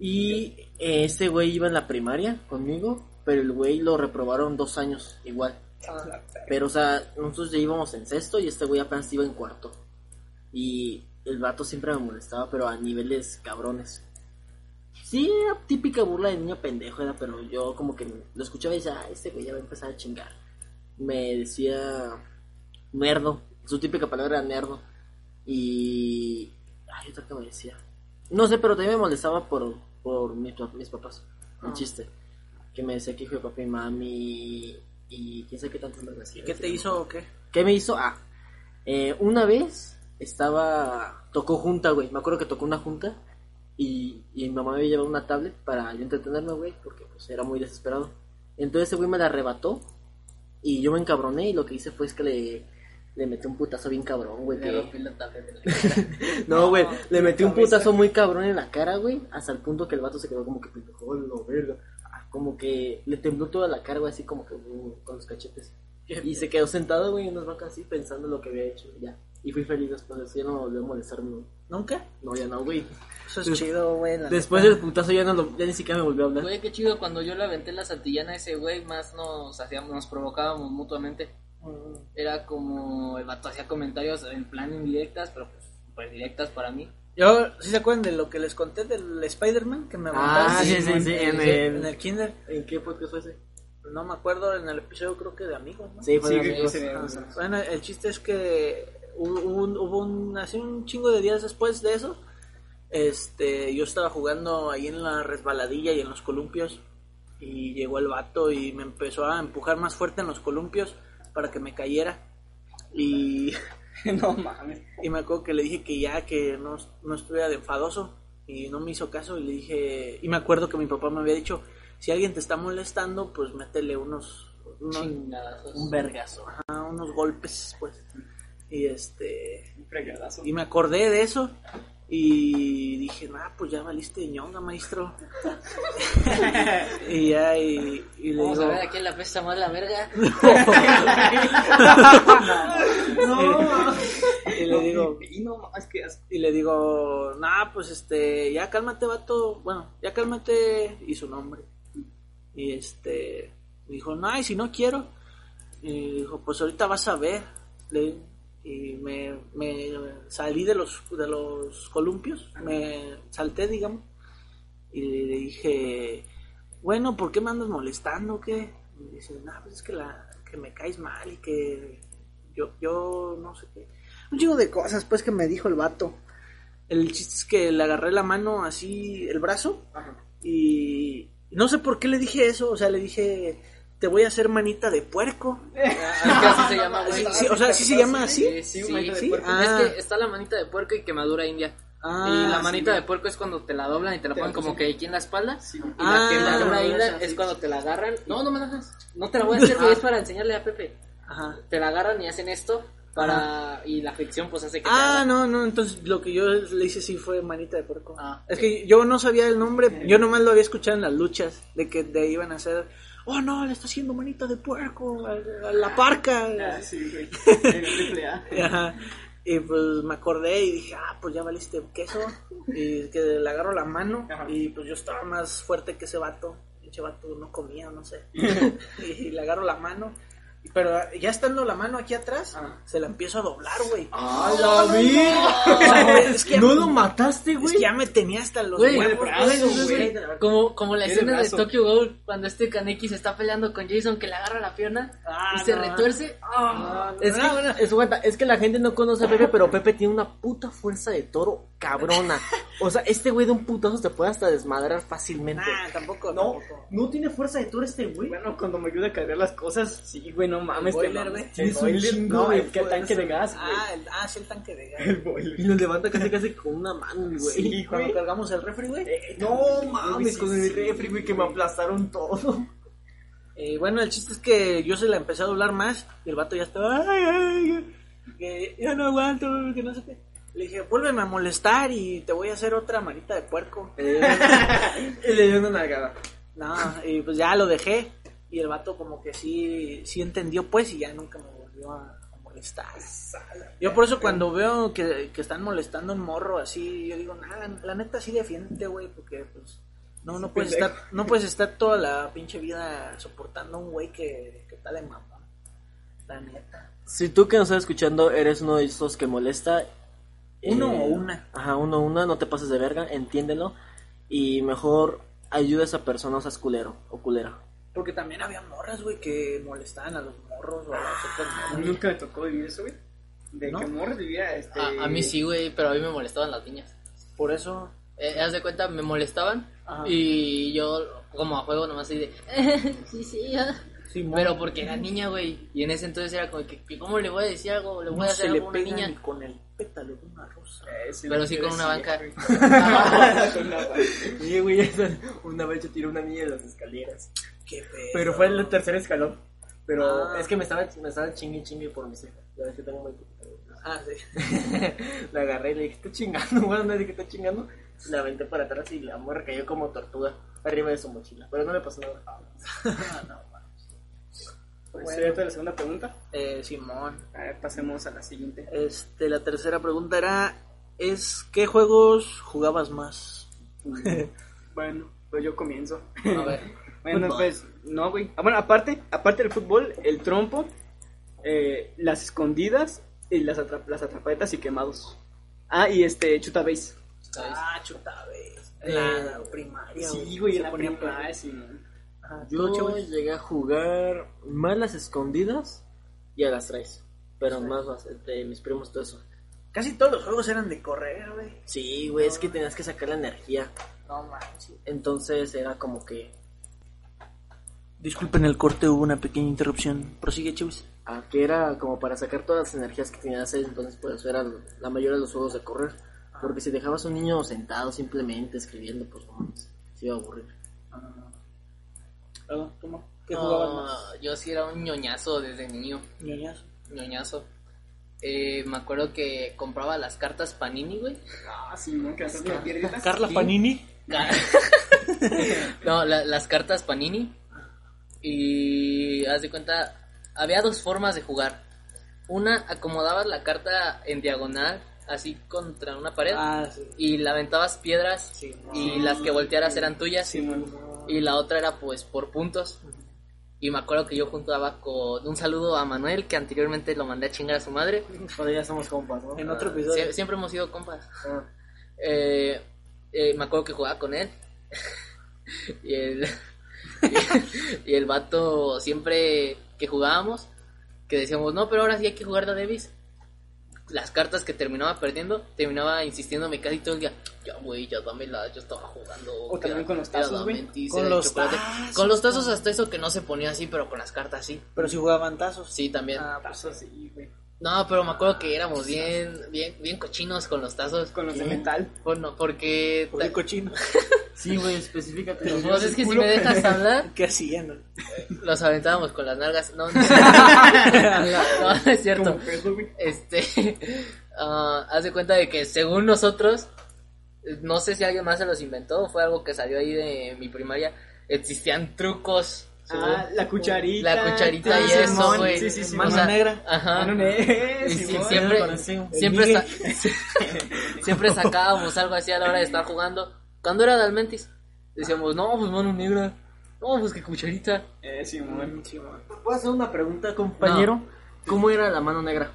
Speaker 2: Y eh, ese güey iba en la primaria conmigo. Pero el güey lo reprobaron dos años igual. Pero, o sea, nosotros ya íbamos en sexto y este güey apenas iba en cuarto. Y el vato siempre me molestaba, pero a niveles cabrones. Sí, era típica burla de niño pendejo, era, pero yo como que lo escuchaba y decía, ah, este güey ya va a empezar a chingar. Me decía nerdo, su típica palabra era nerdo. Y... Ay, otra que me decía. No sé, pero también me molestaba por, por mis, pa- mis papás. Un chiste. Que me decía que hijo de papi y mami y quién sabe qué tanto me decía.
Speaker 3: ¿Qué te hizo o qué?
Speaker 2: ¿Qué me hizo? Ah, eh, una vez estaba. Tocó junta, güey. Me acuerdo que tocó una junta. Y, y mi mamá me había llevado una tablet para yo entretenerme, güey. Porque pues era muy desesperado. Entonces ese güey me la arrebató. Y yo me encabroné. Y lo que hice fue es que le, le metí un putazo bien cabrón, güey.
Speaker 1: Le
Speaker 2: que-
Speaker 1: rompí la tabla de la cara.
Speaker 2: no, güey, le metí un putazo muy cabrón en la cara, güey, hasta el punto que el vato se quedó como que pendejo, la verga. Ah, Como que le tembló toda la cara, güey, así como que uh, con los cachetes. Y se quedó sentado, güey, en unas vacas así pensando lo que había hecho, ya. Y fui feliz después de eso, ya no me volvió a molestarme, güey.
Speaker 3: ¿Nunca?
Speaker 2: No, ya no, güey.
Speaker 3: Eso es chido, güey. la
Speaker 2: Después del putazo ya, no lo- ya ni siquiera me volvió a hablar.
Speaker 1: Güey, qué chido, cuando yo le aventé la santillana a ese güey, más nos hacíamos, nos provocábamos mutuamente. Era como el vato hacía comentarios en plan indirectas, pero pues súper directas para mí.
Speaker 3: Yo, si se acuerdan de lo que les conté del Spider-Man que me aventaron
Speaker 2: ah, sí, sí, sí,
Speaker 3: en
Speaker 2: en el...
Speaker 3: el kinder?
Speaker 2: ¿En qué podcast fue ese?
Speaker 3: No me acuerdo, en el episodio creo que de amigos, ¿no?
Speaker 2: Sí, fue
Speaker 4: Sí,
Speaker 2: de
Speaker 4: que
Speaker 2: amigos.
Speaker 4: se
Speaker 3: Ah, Bueno, el chiste es que hubo un, hubo un, así un chingo de días después de eso, este, yo estaba jugando ahí en la resbaladilla y en los columpios y llegó el vato y me empezó a empujar más fuerte en los columpios para que me cayera y,
Speaker 4: No mames.
Speaker 3: y me acuerdo que le dije que ya que no, no estuviera de enfadoso y no me hizo caso y le dije y me acuerdo que mi papá me había dicho si alguien te está molestando pues métele unos, unos
Speaker 1: Chingadazos.
Speaker 3: un vergazo, ajá, unos golpes, pues. Y este,
Speaker 4: Un fregadazo.
Speaker 3: y me acordé de eso y dije, ah, pues ya valiste ñonga, maestro. y ya, y, y le
Speaker 1: Vamos a
Speaker 3: digo,
Speaker 1: ver a quién la pesa más la verga.
Speaker 3: y le digo,
Speaker 4: Y no mames, qué asco.
Speaker 3: y le digo, nah, pues este, ya cálmate, vato, bueno, ya cálmate, y su nombre. Y este, me dijo, nah, y si no quiero, y dijo, pues ahorita vas a ver. Le- y me, me salí de los, de los columpios, me salté, digamos, y le dije, bueno, ¿por qué me andas molestando? o ¿Qué? Y me dice, nah, pues es que, la, que me caes mal y que yo, yo no sé qué. Un chingo de cosas, pues, que me dijo el vato. El chiste es que le agarré la mano así, el brazo, y no sé por qué le dije eso, o sea, le dije, te voy a hacer manita de puerco.
Speaker 1: Es que así se llama,
Speaker 3: Sí,
Speaker 1: güey.
Speaker 3: sí, o sea, Ah, ¿sí se llama así?
Speaker 1: Sí,
Speaker 4: Sí, manita de
Speaker 1: sí.
Speaker 4: puerco.
Speaker 3: Ah.
Speaker 1: Es que está la manita de puerco y quemadura india.
Speaker 3: Ah,
Speaker 1: y la
Speaker 3: sí,
Speaker 1: manita
Speaker 3: güey.
Speaker 1: de puerco es cuando te la doblan y te la ponen como que aquí en la espalda. Y la
Speaker 3: Ah,
Speaker 1: quemadura
Speaker 3: la
Speaker 1: india
Speaker 3: doblas
Speaker 1: es
Speaker 3: así.
Speaker 1: cuando te la agarran. No, no me la hagas. No te la voy a hacer, güey, es para enseñarle a Pepe.
Speaker 3: Ajá.
Speaker 1: Te la agarran y hacen esto para y la fricción pues hace que te
Speaker 3: Ah,
Speaker 1: hagan.
Speaker 3: no, no, entonces lo que yo le hice sí fue manita de puerco.
Speaker 1: Ah.
Speaker 3: Es que yo no sabía el nombre, yo nomás lo había escuchado en las luchas, de que de ahí iban a hacer, oh no, le está haciendo manita de puerco a, a la parca.
Speaker 4: Ah, sí, güey. El triple A.
Speaker 3: Ajá. Y pues me acordé y dije, ah, pues ya valiste queso. Y que le agarro la mano.
Speaker 4: Ajá.
Speaker 3: Y pues yo estaba más fuerte que ese vato. Pinche vato no comía, no sé. y le agarro la mano. Pero ya estando la mano aquí atrás,
Speaker 4: Ajá.
Speaker 3: se la empiezo a doblar, güey.
Speaker 4: Ah,
Speaker 2: ¡A la virgen!
Speaker 3: Es que-
Speaker 2: ¿No lo mataste,
Speaker 3: Es
Speaker 2: güey?
Speaker 3: que ya me tenía hasta los
Speaker 1: Güey,
Speaker 3: huevos,
Speaker 4: güey,
Speaker 3: güey.
Speaker 4: eso, güey. Este
Speaker 1: Como, como la
Speaker 4: Tiene
Speaker 1: escena de
Speaker 4: brazo.
Speaker 1: Tokyo Ghoul cuando este Kaneki se está peleando con Jason que le agarra la pierna
Speaker 3: Ah,
Speaker 1: y se
Speaker 3: no.
Speaker 1: retuerce. Ah.
Speaker 2: Es que, es, aguanta, es que la gente no conoce a Pepe, pero Pepe tiene una puta fuerza de toro cabrona. O sea, este güey de un putazo te puede hasta desmadrar fácilmente.
Speaker 3: Nah, tampoco,
Speaker 2: no,
Speaker 3: tampoco.
Speaker 2: no tiene fuerza de toro este güey.
Speaker 4: Bueno, cuando me ayuda a cargar las cosas, sí, güey, no mames. te
Speaker 3: boiler,
Speaker 4: mamas.
Speaker 3: güey.
Speaker 4: El
Speaker 2: Tienes un
Speaker 4: boiler,
Speaker 2: chingo
Speaker 4: no,
Speaker 2: de
Speaker 4: el que
Speaker 2: fuerza.
Speaker 4: tanque de gas, güey.
Speaker 3: Ah, el, ah, es el tanque de gas.
Speaker 4: El boiler.
Speaker 2: Y lo levanta casi casi con una mano, güey.
Speaker 4: Sí,
Speaker 3: Cuando
Speaker 4: güey.
Speaker 3: cargamos el refri, güey.
Speaker 2: No mames,
Speaker 4: sí,
Speaker 2: con el
Speaker 4: sí,
Speaker 2: refri, güey, que me aplastaron todo.
Speaker 3: Eh, bueno, el chiste es que yo se la empecé a doblar más y el vato ya estaba, ay, ay, ay, que ya no aguanto, que no sé qué. Le dije, vuélveme a molestar y te voy a hacer otra manita de puerco.
Speaker 2: Eh, y le dio una nalgada.
Speaker 3: No, y pues ya lo dejé y el vato como que sí, sí entendió pues y ya nunca me volvió a, a molestar. Yo por eso cuando veo que, que están molestando a un morro así, yo digo, nada, la neta sí defiéndete, güey, porque pues no, no puedes estar,
Speaker 4: pendejo.
Speaker 3: no puedes estar toda la pinche vida soportando a un güey que, que está de mamón. La neta.
Speaker 2: Si tú que nos estás escuchando eres uno de esos que molesta. eh,
Speaker 3: Uno o una.
Speaker 2: Ajá, uno o una, no te pases de verga, entiéndelo. Y mejor ayuda a esa persona, o seas culero o culera.
Speaker 3: Porque también había morras, güey, que molestaban a los morros o a las otras morras.
Speaker 4: Nunca me tocó vivir eso, güey. De
Speaker 3: ¿No?
Speaker 4: que morros vivía este.
Speaker 1: A, a mí sí, güey, pero a mí me molestaban las niñas.
Speaker 3: Por eso,
Speaker 1: Eh, haz de cuenta, me molestaban
Speaker 3: Ajá.
Speaker 1: y yo, como a juego, nomás así de. sí, sí, ah". Pero porque era niña, güey. Y en ese entonces era como que, que ¿cómo le voy a decir algo? ¿Le voy a
Speaker 3: no
Speaker 1: hacer
Speaker 3: se le
Speaker 1: algo a una
Speaker 3: pega
Speaker 1: niña?
Speaker 3: ni con el pétalo de una rosa.
Speaker 4: Eh,
Speaker 1: Pero sí con una banca.
Speaker 4: Con una banca.
Speaker 2: Sí, güey, esa- una vez yo tiré una niña de las escaleras.
Speaker 3: Qué pedo.
Speaker 2: Pero fue el tercer escalón. Pero
Speaker 3: Ah.
Speaker 2: es que me estaba, me estaba chingue y chingue por mis cejas. Ya ves que tengo muy poquita ceja.
Speaker 3: Ah, sí.
Speaker 2: La agarré y le dije, está chingando, güey, no dije que está chingando. La aventé para atrás y la morra cayó como tortuga arriba de su mochila. Pero no le pasó nada.
Speaker 4: Pues,
Speaker 3: Bueno.
Speaker 4: ¿cierto? la segunda pregunta.
Speaker 3: Eh, Simón.
Speaker 4: A ver, pasemos a la siguiente.
Speaker 3: Este, la tercera pregunta era, es ¿qué juegos jugabas más?
Speaker 4: Bueno, pues yo comienzo.
Speaker 1: A ver.
Speaker 4: Bueno,
Speaker 3: Fútbol.
Speaker 4: pues, no, güey. Ah, bueno, aparte, aparte del fútbol, el trompo, eh, las escondidas y las, atra- las atrapetas y quemados. Ah, y este, chuta base.
Speaker 1: ¿sabes?
Speaker 3: Ah, chuta, vez.
Speaker 4: Eh,
Speaker 3: La primaria.
Speaker 4: Sí, güey,
Speaker 3: Se
Speaker 4: en la
Speaker 3: ponía
Speaker 4: primaria,
Speaker 3: pedo.
Speaker 4: sí.
Speaker 3: Ajá, tú,
Speaker 2: Yo
Speaker 3: Chewy.
Speaker 2: llegué a jugar más las escondidas y a las traes. Pero más las de mis primos, todo eso.
Speaker 3: Casi todos los juegos eran de correr, güey.
Speaker 2: Sí, güey, es que tenías que sacar la energía.
Speaker 3: No manches.
Speaker 2: Entonces era como que,
Speaker 3: Disculpen el corte, hubo una pequeña interrupción. Prosigue, Chus.
Speaker 2: ah, que era como para sacar todas las energías que tenías. Entonces, por eso era la mayoría de los juegos de correr. Porque si dejabas a un niño sentado simplemente escribiendo, pues no mames, se iba a aburrir.
Speaker 3: ¿Qué
Speaker 1: No,
Speaker 3: jugabas más?
Speaker 1: Yo sí era un ñoñazo desde niño.
Speaker 3: Ñoñazo.
Speaker 1: ñoñazo. Eh, me acuerdo que compraba las cartas Panini, güey.
Speaker 4: Ah, sí, no, que las otras piedritas.
Speaker 3: Carla Panini.
Speaker 1: Ca- no, la- las cartas Panini. Y haz de cuenta, había dos formas de jugar. Una, acomodabas la carta en diagonal, así contra una pared,
Speaker 3: Ah, sí.
Speaker 1: y la aventabas piedras, Eh. y las que voltearas eran tuyas.
Speaker 4: Sí, man.
Speaker 1: y la otra era pues por puntos. Y me acuerdo que yo juntaba con un saludo a Manuel, que anteriormente lo mandé a chingar a su madre.
Speaker 2: Ahora ya somos compas,
Speaker 1: Oh,
Speaker 2: ¿no?
Speaker 3: En otro
Speaker 1: Sie-
Speaker 3: episodio.
Speaker 1: siempre hemos sido compas.
Speaker 2: Ah.
Speaker 1: Eh, eh, me acuerdo que jugaba con él. y, el, y el vato siempre que jugábamos, que decíamos, no, pero ahora sí hay que jugar la Davis. Las cartas que terminaba perdiendo, terminaba insistiéndome casi todo el día. Ya, güey, ya dámela, yo estaba jugando.
Speaker 4: O también
Speaker 1: era-
Speaker 4: con los
Speaker 1: era
Speaker 4: tazos, güey.
Speaker 1: Damentis,
Speaker 3: Con
Speaker 1: era de
Speaker 3: los
Speaker 1: chocolate".
Speaker 3: tazos, ah.
Speaker 1: Con los tazos hasta eso que no se ponía así, pero con las cartas sí.
Speaker 3: Pero si jugaban tazos.
Speaker 1: Sí, también.
Speaker 3: Ah, pues
Speaker 4: Tazos, sí, güey.
Speaker 1: No, pero me acuerdo que éramos bien, bien, bien cochinos con los tazos.
Speaker 4: Con los de metal.
Speaker 1: Bueno, porque...
Speaker 3: por el cochino.
Speaker 2: Sí, güey, específicate.
Speaker 1: Pues es que si me dejas hablar,
Speaker 3: ¿Qué hacían?
Speaker 1: los aventábamos con las nalgas. No, no es cierto. No, no es cierto.
Speaker 4: Como pedo, güey.
Speaker 1: Este, ah, haz de cuenta de que según nosotros, no sé si alguien más se los inventó, fue algo que salió ahí de mi primaria, existían trucos
Speaker 4: Ah, la cucharita.
Speaker 1: La cucharita
Speaker 4: Ah,
Speaker 1: y
Speaker 4: Simón, Ah,
Speaker 1: eso, güey.
Speaker 4: Sí, sí, sí.
Speaker 1: O
Speaker 3: Mano
Speaker 1: sea,
Speaker 3: negra.
Speaker 1: Ajá.
Speaker 4: Mano negra,
Speaker 1: Y sí,
Speaker 4: Simón.
Speaker 1: siempre,
Speaker 3: Mano negra.
Speaker 1: siempre,
Speaker 3: El
Speaker 1: sa- siempre sacábamos algo así a la hora de estar jugando. Cuando era Dalmentis, decíamos, no, pues mano negra, no, pues que cucharita.
Speaker 4: Eh, Simón.
Speaker 2: ¿Puedo hacer una pregunta, compañero? ¿Cómo era la mano negra?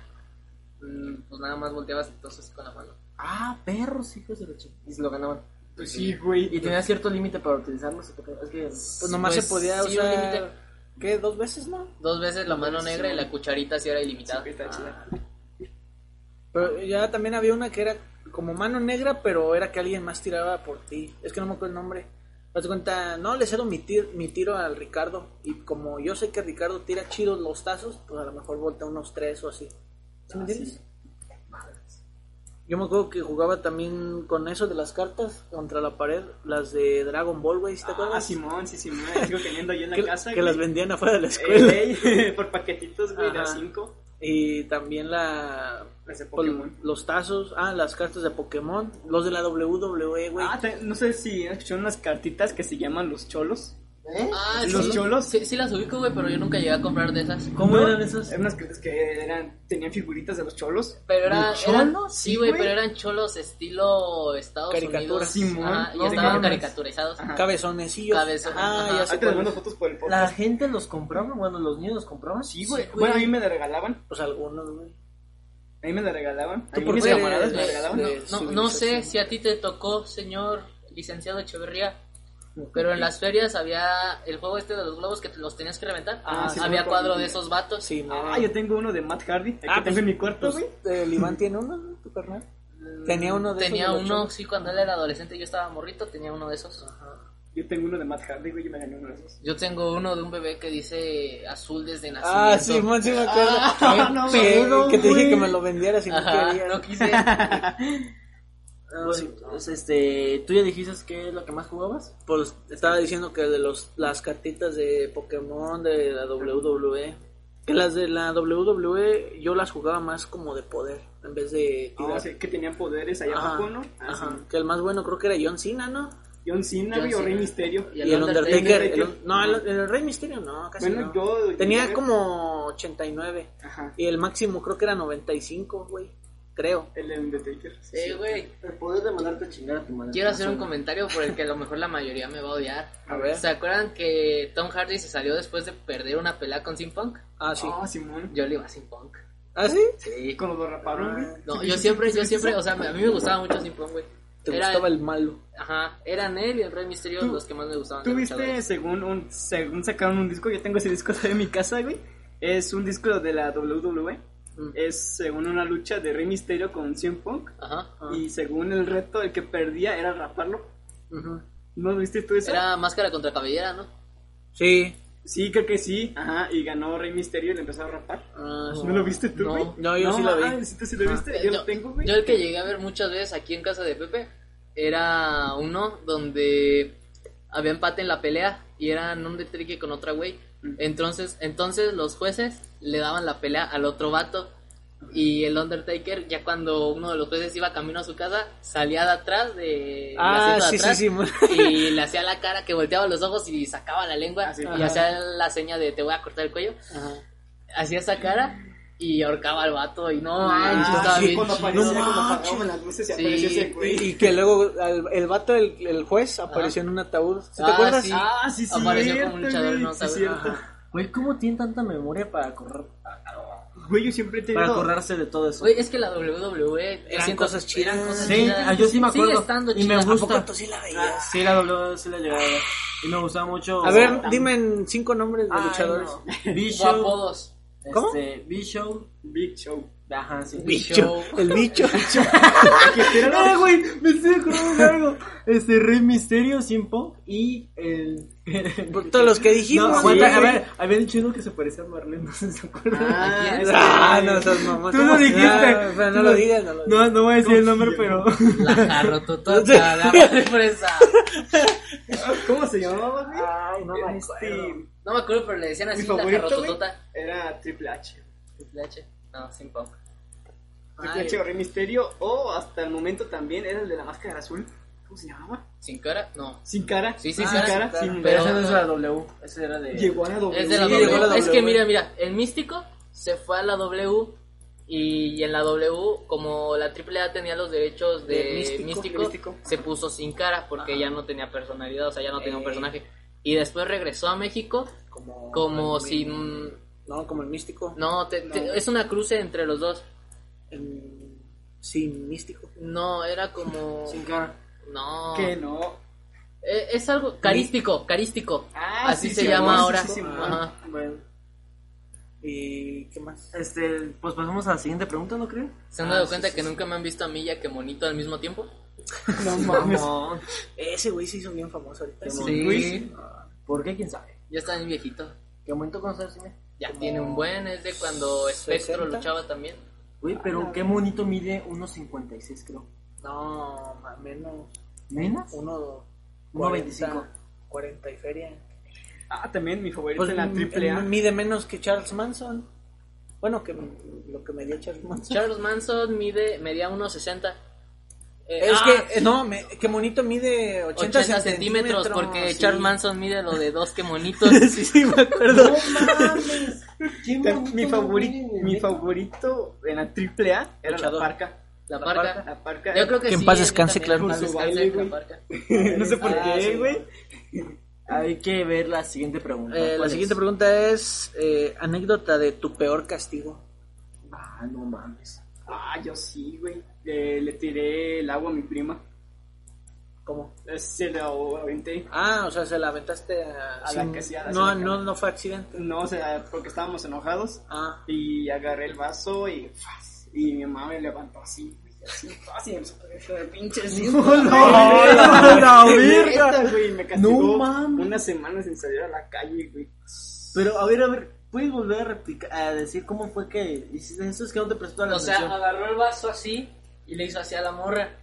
Speaker 1: Mm, Pues nada más volteabas entonces con la mano.
Speaker 2: Ah, perros, hijos de la chica. Y se lo ganaban.
Speaker 4: Pues sí, güey.
Speaker 2: Y tenía cierto límite para utilizarlo. ¿se te- Es que...
Speaker 3: Pues nomás
Speaker 1: Pues
Speaker 3: se podía
Speaker 1: sí, un límite.
Speaker 3: usar. ¿Qué? ¿Dos veces, no?
Speaker 1: Dos veces la mano negra y la cucharita sí era ilimitada.
Speaker 4: Está chida.
Speaker 3: Pero ya también había una que era como mano negra, pero era que alguien más tiraba por ti. Es que no me acuerdo el nombre. Haz de cuenta, no, le cedo mi, tir- mi tiro al Ricardo. Y como yo sé que Ricardo tira chidos los tazos, pues a lo mejor voltea unos tres o así. ¿Sí
Speaker 4: Ah,
Speaker 3: me entiendes? Yo me acuerdo que jugaba también con eso de las cartas contra la pared, las de Dragon Ball, güey, ¿sí ¿te
Speaker 4: Ah,
Speaker 3: acuerdas?
Speaker 4: Simón, sí, Simón. Sigo teniendo yo en la
Speaker 3: que,
Speaker 4: casa.
Speaker 3: que
Speaker 4: güey.
Speaker 3: las vendían afuera de la
Speaker 4: Eh,
Speaker 3: escuela.
Speaker 4: güey, por paquetitos, güey, de a
Speaker 3: Ajá.
Speaker 4: cinco.
Speaker 3: Y también la
Speaker 4: Las de
Speaker 3: pues,
Speaker 4: Pokémon.
Speaker 3: los tazos, ah, las cartas de Pokémon, los de la WWE, güey.
Speaker 4: Ah, te- no sé si han escuchado unas cartitas que se llaman los cholos.
Speaker 2: ¿Eh?
Speaker 1: Ah,
Speaker 4: ¿Los
Speaker 1: sí,
Speaker 4: cholos?
Speaker 1: Sí, sí las ubico, güey, pero yo nunca llegué a comprar de esas.
Speaker 2: ¿Cómo
Speaker 4: ¿No?
Speaker 2: eran esas?
Speaker 4: Eran unas cartas que eran, tenían figuritas de los cholos.
Speaker 1: Pero eran,
Speaker 4: ¿De
Speaker 1: eran-
Speaker 4: cholos?
Speaker 1: sí,
Speaker 4: Sí,
Speaker 1: güey,
Speaker 4: güey.
Speaker 1: pero eran cholos estilo Estados
Speaker 3: Caricatura.
Speaker 1: Unidos.
Speaker 4: Simón,
Speaker 1: Ajá,
Speaker 4: no
Speaker 1: y estaban
Speaker 4: mames.
Speaker 1: caricaturizados.
Speaker 3: Ah,
Speaker 4: Ajá.
Speaker 3: Cabezoncillos.
Speaker 1: Cabezón,
Speaker 3: Ah,
Speaker 1: ajá.
Speaker 3: ya
Speaker 4: Ahí
Speaker 3: sé
Speaker 4: te les
Speaker 3: cuál
Speaker 4: mando
Speaker 3: es.
Speaker 4: fotos por el
Speaker 2: ¿La
Speaker 4: podcast.
Speaker 2: gente los compraba? Bueno, los niños los compraban.
Speaker 4: Sí, güey.
Speaker 1: Sí, güey.
Speaker 4: Bueno, a mí me la regalaban.
Speaker 3: Pues algunos, güey.
Speaker 4: A mí me la regalaban. A
Speaker 3: ¿Tú
Speaker 4: mí
Speaker 3: por
Speaker 4: mis
Speaker 3: qué le-
Speaker 4: camaradas me la
Speaker 3: le-
Speaker 4: regalaban.
Speaker 3: le-
Speaker 1: No,
Speaker 3: Civilización.
Speaker 1: no sé si a ti te tocó, señor licenciado Echeverría, pero en las ferias había el juego este de los globos que te los tenías que reventar.
Speaker 4: Ah, sí,
Speaker 1: había
Speaker 4: sí,
Speaker 1: cuadro
Speaker 4: sí.
Speaker 1: de esos vatos.
Speaker 3: Sí, no.
Speaker 4: Ah, yo tengo uno de Matt Hardy. El que tengo en mi
Speaker 3: pues,
Speaker 4: cuarto, güey.
Speaker 3: el Iván tiene uno, ¿no? tu carnal. Tenía uno de
Speaker 1: Tenía
Speaker 3: esos de los
Speaker 1: uno,
Speaker 3: cholos.
Speaker 1: sí, cuando él era adolescente yo estaba morrito, tenía uno de esos.
Speaker 4: Yo tengo uno de Matt Hardy, güey. Yo me gané uno de esos.
Speaker 1: Yo tengo uno de un bebé que dice azul desde nacimiento.
Speaker 3: Ah, sí, man, sí me acuerdo.
Speaker 4: Ah,
Speaker 3: Qué
Speaker 4: no,
Speaker 3: pedo,
Speaker 4: güey.
Speaker 3: que te dije que me lo vendieras y no
Speaker 1: Ajá,
Speaker 3: quería.
Speaker 1: no quise.
Speaker 2: Ah, pues, este, ¿Tú ya dijiste qué es lo que más jugabas?
Speaker 3: Pues estaba diciendo que de los las cartitas de Pokémon de la WWE, que las de la WWE yo las jugaba más como de poder en vez de
Speaker 4: Ah,
Speaker 3: tirar.
Speaker 4: o sea, que tenían poderes allá
Speaker 3: Ajá,
Speaker 4: abajo, ¿no? Ah,
Speaker 3: ajá,
Speaker 4: sí.
Speaker 3: que el más bueno creo que era John Cena, ¿no?
Speaker 4: John Cena,
Speaker 1: John
Speaker 4: güey, o Rey
Speaker 1: Cena.
Speaker 4: Misterio.
Speaker 1: Y
Speaker 3: Y
Speaker 1: el
Speaker 3: el,
Speaker 1: Undertaker.
Speaker 3: Undertaker. el-
Speaker 4: Undertaker.
Speaker 3: no, el, el Rey Misterio no, casi
Speaker 4: Bueno,
Speaker 3: no.
Speaker 4: yo-
Speaker 3: Tenía
Speaker 4: yo-
Speaker 3: como 89
Speaker 4: Ajá.
Speaker 3: y el máximo creo que era 95, güey, creo.
Speaker 4: El Undertaker.
Speaker 1: Eh, güey,
Speaker 2: El poder de mandarte a chingar a tu madre.
Speaker 1: quiero hacer un comentario por el que a lo mejor la mayoría me va a odiar.
Speaker 3: A ver.
Speaker 1: ¿Se acuerdan que Tom Hardy se salió después de perder una pelea con Sim Punk?
Speaker 3: Ah, sí.
Speaker 4: Ah, Simón.
Speaker 1: Yo le iba a Sim Punk.
Speaker 3: ¿Ah, sí?
Speaker 1: Sí.
Speaker 4: Cuando lo raparon, güey.
Speaker 1: No, yo siempre, yo siempre, o sea, me- a mí me gustaba mucho Sim Punk, güey.
Speaker 3: Te
Speaker 1: Era-
Speaker 3: gustaba el malo.
Speaker 1: Ajá, eran él y el Rey Misterio
Speaker 4: ¿Tú-
Speaker 1: los que más me gustaban. de
Speaker 4: ¿Tú viste,
Speaker 1: luchadores.
Speaker 4: según, un, según sacaron un disco, yo tengo ese disco todavía en mi casa, güey. Es un disco de la WWE.
Speaker 3: Mm.
Speaker 4: Es según una lucha de Rey Misterio con CM Punk.
Speaker 1: Ajá.
Speaker 3: Ah.
Speaker 4: Y según el reto, el que perdía era raparlo.
Speaker 3: Ujú.
Speaker 4: ¿No viste tú eso?
Speaker 1: Era máscara contra cabellera, ¿no?
Speaker 3: Sí.
Speaker 4: Sí, creo que sí. Ajá, y ganó Rey Misterio y le empezó a rapar.
Speaker 3: Ah,
Speaker 4: ¿No lo viste tú,
Speaker 1: no.
Speaker 4: güey?
Speaker 3: No, yo sí la vi.
Speaker 4: mames, ¿tú sí lo viste? yo lo tengo, güey.
Speaker 1: Ah, yo el que llegué a ver muchas veces aquí en casa de Pepe era uno donde había empate en la pelea y eran un detrique con otra güey. Entonces, entonces los jueces le daban la pelea al otro vato. Y el Undertaker, ya cuando uno de los jueces iba camino a su casa, salía de atrás de
Speaker 3: Ah,
Speaker 1: del asiento de
Speaker 3: sí, sí,
Speaker 1: atrás
Speaker 3: sí, mo-
Speaker 1: y le hacía la cara que volteaba los ojos y sacaba la lengua
Speaker 4: Ah, sí.
Speaker 1: y
Speaker 4: Ajá.
Speaker 1: hacía la seña de te voy a cortar el cuello. Hacía esa cara y ahorcaba al vato y no manches,
Speaker 4: Ah,
Speaker 1: estaba
Speaker 4: sí,
Speaker 1: bien
Speaker 4: cuando
Speaker 1: chido.
Speaker 4: aparecía,
Speaker 3: No
Speaker 4: cuando
Speaker 3: manches.
Speaker 4: apagaban las luces y
Speaker 1: Sí.
Speaker 4: aparecía ese güey.
Speaker 3: Y, y que luego al- el vato, el, el juez, apareció en un ataúd. ¿Sí ¿Te
Speaker 1: Ah,
Speaker 3: acuerdas?
Speaker 1: sí.
Speaker 4: Ah, sí, sí.
Speaker 1: Apareció como un luchador, no
Speaker 4: sí,
Speaker 1: sabe-
Speaker 4: cierto.
Speaker 2: Güey, ¿cómo tienen tanta memoria para correr?
Speaker 4: Güey, yo siempre he
Speaker 2: Para
Speaker 4: tenido...
Speaker 2: acordarse de todo eso.
Speaker 1: Güey, es que la E, WWE
Speaker 3: Eran cosas chidas.
Speaker 1: eran cosas
Speaker 2: Sí,
Speaker 1: chidas.
Speaker 2: ah, yo sí me
Speaker 1: Sigue
Speaker 2: acuerdo.
Speaker 1: estando
Speaker 2: Y me
Speaker 1: chida.
Speaker 3: ¿A
Speaker 2: gusta.
Speaker 3: poco tú Ah, sí la veías?
Speaker 2: Ah, Sí, la dobló, sí la llegaba a ver. Y me gustaba mucho.
Speaker 3: A ver, dime en cinco nombres de luchadores.
Speaker 1: O
Speaker 2: Bicho.
Speaker 1: apodos.
Speaker 3: ¿Cómo?
Speaker 2: Este, Bicho.
Speaker 4: Big Show.
Speaker 2: Ajá, sí.
Speaker 1: Show.
Speaker 3: El bicho.
Speaker 2: Ah, güey, me estoy acordando de algo. Este, Rey Misterio, Simpo y el.
Speaker 3: Todos los que dijimos.
Speaker 2: No,
Speaker 3: güey.
Speaker 2: aguanta, a ver, había dicho uno que se parecía a Marlene, no sé si se acuerdan.
Speaker 4: Ah,
Speaker 1: quién?
Speaker 4: es-
Speaker 3: Ah, no, esas mamás.
Speaker 2: Tú lo dijiste.
Speaker 3: Ah, pero no lo digas, no lo digas.
Speaker 2: No, no voy a decir el nombre, pero.
Speaker 1: La jarrototota, la madre fresa.
Speaker 4: ¿Cómo se llamaba, güey?
Speaker 3: Ay, no me
Speaker 4: Este,
Speaker 3: acuerdo.
Speaker 1: No me acuerdo, pero le decían
Speaker 4: mi
Speaker 1: así la
Speaker 4: favorito, güey,
Speaker 1: jarrototota.
Speaker 4: era Triple H.
Speaker 1: Triple H. No, sin punk.
Speaker 4: Triple H o Rey Misterio, o hasta el momento también era el de la máscara azul. ¿Cómo se llamaba?
Speaker 1: ¿Sin cara? No.
Speaker 4: Sin cara.
Speaker 1: Sí, sí,
Speaker 4: sin
Speaker 1: sí, sí,
Speaker 4: cara.
Speaker 1: claro.
Speaker 4: Sin
Speaker 1: Pero-
Speaker 2: Pero esa no es la W, esa era de...
Speaker 4: Llegó a la W.
Speaker 1: Es de la
Speaker 4: Sí,
Speaker 1: W.
Speaker 4: llegó a la
Speaker 1: Es
Speaker 4: W.
Speaker 1: que mira, mira, el místico se fue a la W y en la W, como la AAA tenía los derechos de,
Speaker 4: De Místico,
Speaker 1: místico,
Speaker 4: de Místico.
Speaker 1: se puso sin cara porque ya no tenía personalidad, o sea, ya no
Speaker 4: Eh.
Speaker 1: tenía un personaje. Y después regresó a México
Speaker 3: Como,
Speaker 1: como sin...
Speaker 3: No, como el místico.
Speaker 1: No, te- te-
Speaker 4: No.
Speaker 1: es una cruce entre los dos.
Speaker 3: El- sí, místico.
Speaker 1: No, era como...
Speaker 2: Sin cara.
Speaker 1: No.
Speaker 4: Que no.
Speaker 1: Eh, Es algo carístico, carístico.
Speaker 4: Ah,
Speaker 1: Así
Speaker 4: sí,
Speaker 1: se
Speaker 4: sí,
Speaker 1: llama
Speaker 4: sí,
Speaker 1: ahora.
Speaker 4: sí, sí,
Speaker 1: Ajá.
Speaker 2: Bueno,
Speaker 3: ¿Y qué más?
Speaker 2: este, pues pasamos a la siguiente pregunta, ¿no creen? Ah,
Speaker 1: ¿Se han
Speaker 4: Ah,
Speaker 1: dado cuenta que nunca me han visto a mí ya que monito al mismo tiempo?
Speaker 4: No mames.
Speaker 3: Ese güey se hizo bien famoso ahorita.
Speaker 2: Sí. ¿Por qué? ¿Quién sabe?
Speaker 1: Ya está bien viejito.
Speaker 2: ¿Qué momento conoces, Cine?
Speaker 1: Ya tiene un buen, es de cuando Spectro
Speaker 3: 60.
Speaker 1: luchaba también.
Speaker 2: Uy,
Speaker 3: Ah,
Speaker 2: pero qué monito mide 1.56, creo.
Speaker 3: No, más menos.
Speaker 2: ¿Menos?
Speaker 3: Uno,
Speaker 2: 1.25.
Speaker 3: 40 y feria.
Speaker 4: Ah, también mi favorito
Speaker 3: Pues
Speaker 4: en la
Speaker 3: m-
Speaker 4: triple
Speaker 3: m-
Speaker 4: A.
Speaker 3: Mide menos que Charles Manson. Bueno, que m- lo que medía Charles Manson.
Speaker 1: Charles Manson mide, medía 1,60. Eh,
Speaker 3: es
Speaker 1: ah,
Speaker 3: que, eh, no, me- que monito mide 80,
Speaker 1: 80 centímetros, porque
Speaker 3: sí.
Speaker 1: Charles Manson mide lo de dos que monitos.
Speaker 3: sí, sí, me acuerdo.
Speaker 2: mames! ¿Qué
Speaker 4: Te-
Speaker 2: monito
Speaker 4: Mi
Speaker 2: no
Speaker 4: favorito,
Speaker 2: mide,
Speaker 4: mi
Speaker 2: neta?
Speaker 4: favorito en la triple A era la
Speaker 3: Luchador.
Speaker 4: parca.
Speaker 1: La parca.
Speaker 4: La parca.
Speaker 1: Yo creo que,
Speaker 3: Que en
Speaker 1: sí,
Speaker 3: paz
Speaker 1: yo
Speaker 3: descanse,
Speaker 1: también,
Speaker 3: claro.
Speaker 1: en paz
Speaker 4: Por su
Speaker 1: descanse,
Speaker 4: baile, güey.
Speaker 1: la parca.
Speaker 4: no sé por
Speaker 3: Ah,
Speaker 4: qué,
Speaker 3: sí.
Speaker 4: güey.
Speaker 2: Hay que ver la siguiente pregunta.
Speaker 3: Eh, la
Speaker 2: ¿Cuál
Speaker 3: siguiente
Speaker 2: es?
Speaker 3: pregunta es eh, anécdota de tu peor castigo.
Speaker 2: Ah, no mames.
Speaker 4: Ah, yo sí, güey. Le, le tiré el agua a mi prima.
Speaker 3: ¿Cómo?
Speaker 4: Se lo aventé.
Speaker 3: Ah, o sea, se la aventaste a,
Speaker 4: A la que sí, a la
Speaker 3: no,
Speaker 4: que sí.
Speaker 3: no, no fue accidente.
Speaker 4: No, o sea, porque estábamos enojados.
Speaker 3: Ah,
Speaker 4: Y agarré el vaso y. ¡fas! Y mi mamá me levantó así, güey, así fácil, me sacó esto de pinche así.
Speaker 2: la
Speaker 4: Neta, güey, me castigó
Speaker 2: No mames.
Speaker 4: una semana sin salir a la calle, güey.
Speaker 2: Pero a ver, a ver, ¿puedes volver a replicar, a decir cómo fue que hiciste eso? Es que no te prestó la
Speaker 1: O sea,
Speaker 2: atención.
Speaker 1: agarró el vaso así y le hizo así a la morra.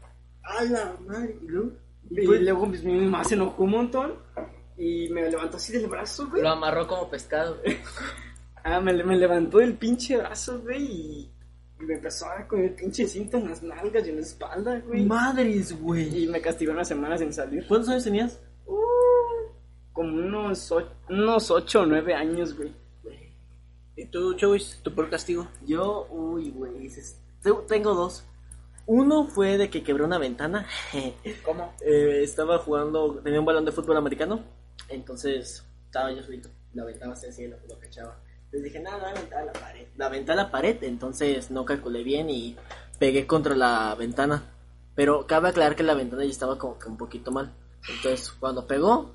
Speaker 2: a la madre, ¿y luego?
Speaker 4: Y, luego pues, mi mamá se enojó un montón y me levantó así del brazo, güey.
Speaker 1: Lo amarró como pescado.
Speaker 4: Ah, me, me levantó del pinche brazo, güey, y me empezó a dar con el pinche cinto en las nalgas y en la espalda, güey.
Speaker 2: Madres, güey.
Speaker 4: Y me castigó una semana sin salir.
Speaker 2: ¿Cuántos años tenías?
Speaker 4: Uh, como unos, och- unos ocho o nueve años, güey.
Speaker 3: ¿y tú, Chuis, tu peor castigo?
Speaker 2: Yo, uy, güey, dices, te- tengo dos. Uno fue de que quebré una ventana.
Speaker 3: ¿Cómo?
Speaker 2: Eh, estaba jugando, tenía un balón de fútbol americano, entonces estaba yo solito, la aventaba hacia el cielo, lo cachaba. Entonces dije, nada, la aventar la pared. La aventé a la pared, entonces no calculé bien y pegué contra la ventana. Pero cabe aclarar que la ventana ya estaba como que un poquito mal. Entonces cuando pegó,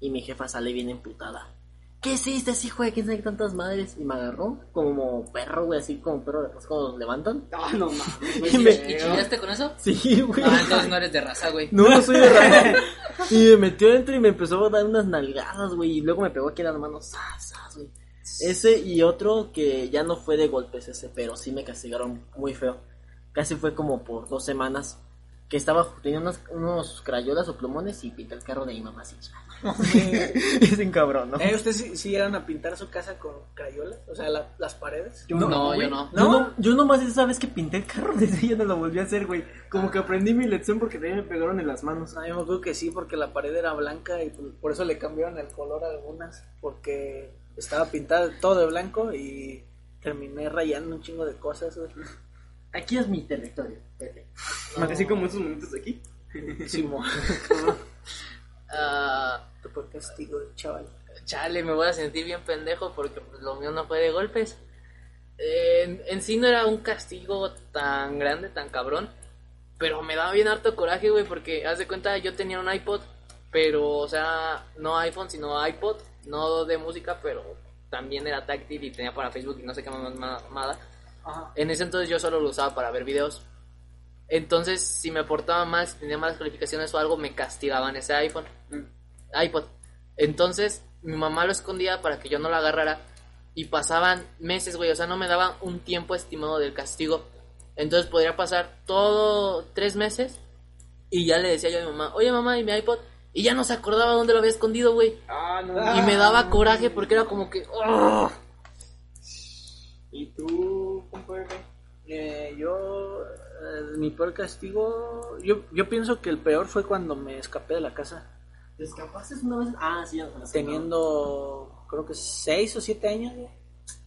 Speaker 2: y mi jefa sale bien emputada. ¿Qué hiciste, hijo de quién sabe qué tantas madres? Y me agarró como perro, güey, así como perro de atrás cuando los levantan.
Speaker 4: Ah, no mames.
Speaker 1: ¿Y,
Speaker 2: Y me-
Speaker 1: y chillaste con eso?
Speaker 2: Sí, güey.
Speaker 1: Pues Ah, entonces no eres de raza, güey.
Speaker 2: No, no soy de raro. Y me metió dentro y me empezó a dar unas nalgadas, güey. Y luego me pegó aquí en las manos. zas, zas, güey. Ese y otro que ya no fue de golpes ese, pero sí me castigaron muy feo. Casi fue como por dos semanas. Que estaba, tenía unas, unos crayolas o plumones y pinté el carro de mi mamá así. es un cabrón, ¿no?
Speaker 3: Eh, ¿Ustedes sí, sí eran a pintar su casa con crayolas? O sea, la- las paredes.
Speaker 1: No, yo
Speaker 2: güey.
Speaker 1: no.
Speaker 2: Yo, no, yo nomás esa vez que pinté el carro, desde ahí ya no lo volví a hacer, güey. Como que aprendí mi lección porque también me pegaron en las manos.
Speaker 3: No, Ah, yo me acuerdo que sí, porque la pared era blanca y por- por eso le cambiaron el color a algunas, porque estaba pintada todo de blanco y terminé rayando un chingo de cosas. güey.
Speaker 2: Aquí es mi territorio. Pepe.
Speaker 4: Así como esos momentos de aquí.
Speaker 3: Simón.
Speaker 1: Ah,
Speaker 3: Tu peor castigo, chaval.
Speaker 1: chale, me voy a sentir bien pendejo porque pues, lo mío no fue de golpes. Eh, en, en sí no era un castigo tan grande, tan cabrón. Pero me daba bien harto coraje, güey, porque haz de cuenta, yo tenía un iPod, pero, o sea, no iPhone, sino iPod, no de música, pero también era táctil y tenía para Facebook y no sé qué más mamada.
Speaker 3: Ajá.
Speaker 1: En ese entonces yo solo lo usaba para ver videos. Entonces, si me portaba mal, si tenía malas calificaciones o algo, me castigaban ese iPhone. iPod. Entonces, mi mamá lo escondía para que yo no lo agarrara. Y pasaban meses, güey. O sea, no me daban un tiempo estimado del castigo. Entonces podría pasar todo tres meses. Y ya le decía yo a mi mamá, oye mamá, ¿y mi iPod? Y ya no se acordaba dónde lo había escondido, güey.
Speaker 4: Ah, no
Speaker 1: Y me daba coraje porque era como que... "Oh". "Ugh".
Speaker 4: ¿Y tú, compadre?
Speaker 3: Eh, yo eh, mi peor castigo, yo, yo pienso que el peor fue cuando me escapé de la casa,
Speaker 2: ¿Te escapaste una vez? Ah, sí, ya lo conocí.
Speaker 3: teniendo creo que seis o siete años, güey.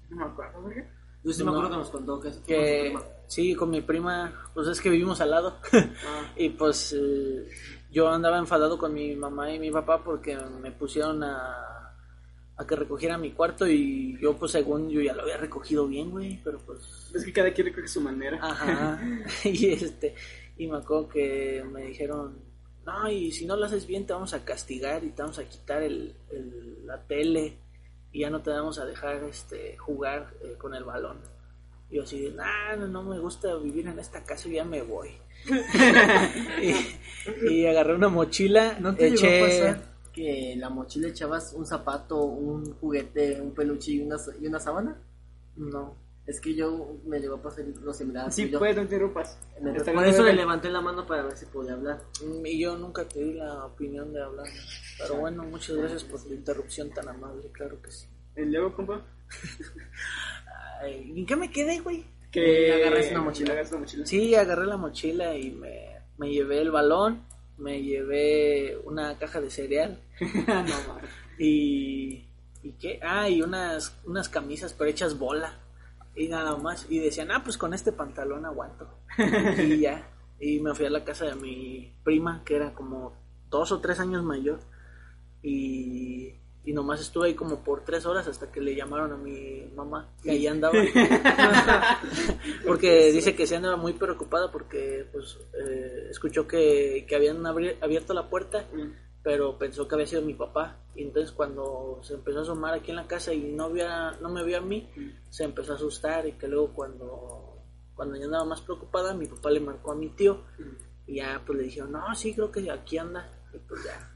Speaker 4: No me acuerdo, güey.
Speaker 2: Yo sí me acuerdo que nos contó que...
Speaker 3: que sí, con mi prima, pues es que vivimos al lado. y pues eh, yo andaba enfadado con mi mamá y mi papá porque me pusieron a, a que recogiera mi cuarto y yo pues según yo ya lo había recogido bien, güey, pero pues...
Speaker 4: Es que cada quien recoge su manera.
Speaker 3: Ajá. y este, y me acuerdo que me dijeron, no, y si no lo haces bien te vamos a castigar y te vamos a quitar el, el- la tele y ya no te vamos a dejar este, jugar eh, con el balón. Y yo así, de, "Nah, no, no me gusta vivir en esta casa y ya me voy. y, y agarré una mochila,
Speaker 2: ¿No te
Speaker 3: eché...
Speaker 2: llegó a pasar que en la mochila echabas un zapato, un juguete, un peluche y una, y una sábana?
Speaker 3: No,
Speaker 2: Es que yo me llegó a pasar lo similar.
Speaker 4: Sí,
Speaker 2: yo-
Speaker 4: puedes, no te interrumpas.
Speaker 2: me-
Speaker 4: Está
Speaker 2: por
Speaker 4: bien,
Speaker 2: eso le
Speaker 4: güey.
Speaker 2: levanté la mano para ver si podía hablar.
Speaker 3: Mm, Y yo nunca te di la opinión de hablar. Pero bueno, muchas gracias por tu interrupción tan amable, claro que sí.
Speaker 4: Y luego, compa,
Speaker 3: Ay, ¿En qué me quedé, güey?
Speaker 4: que
Speaker 2: agarras una mochila.
Speaker 4: agarras una mochila.
Speaker 3: Sí, agarré la mochila y me, me llevé el balón, me llevé una caja de cereal
Speaker 4: no, mames.
Speaker 3: y... ¿Y qué? Ah, y unas, unas camisas pero hechas bola y nada más. Y decían, ah, pues con este pantalón aguanto. y ya. Y me fui a la casa de mi prima, que era como dos o tres años mayor. Y, y nomás estuve ahí como por tres horas hasta que le llamaron a mi mamá. Y ahí andaba. porque dice que se andaba muy preocupada porque pues eh, escuchó que, que habían abri- abierto la puerta. Pero pensó que había sido mi papá. Y entonces cuando se empezó a asomar aquí en la casa y no, había, no me vio a mí, se empezó a asustar y que luego cuando, cuando yo andaba más preocupada, mi papá le marcó a mi tío y ya pues le dijeron, no, sí, creo que aquí anda. Y pues ya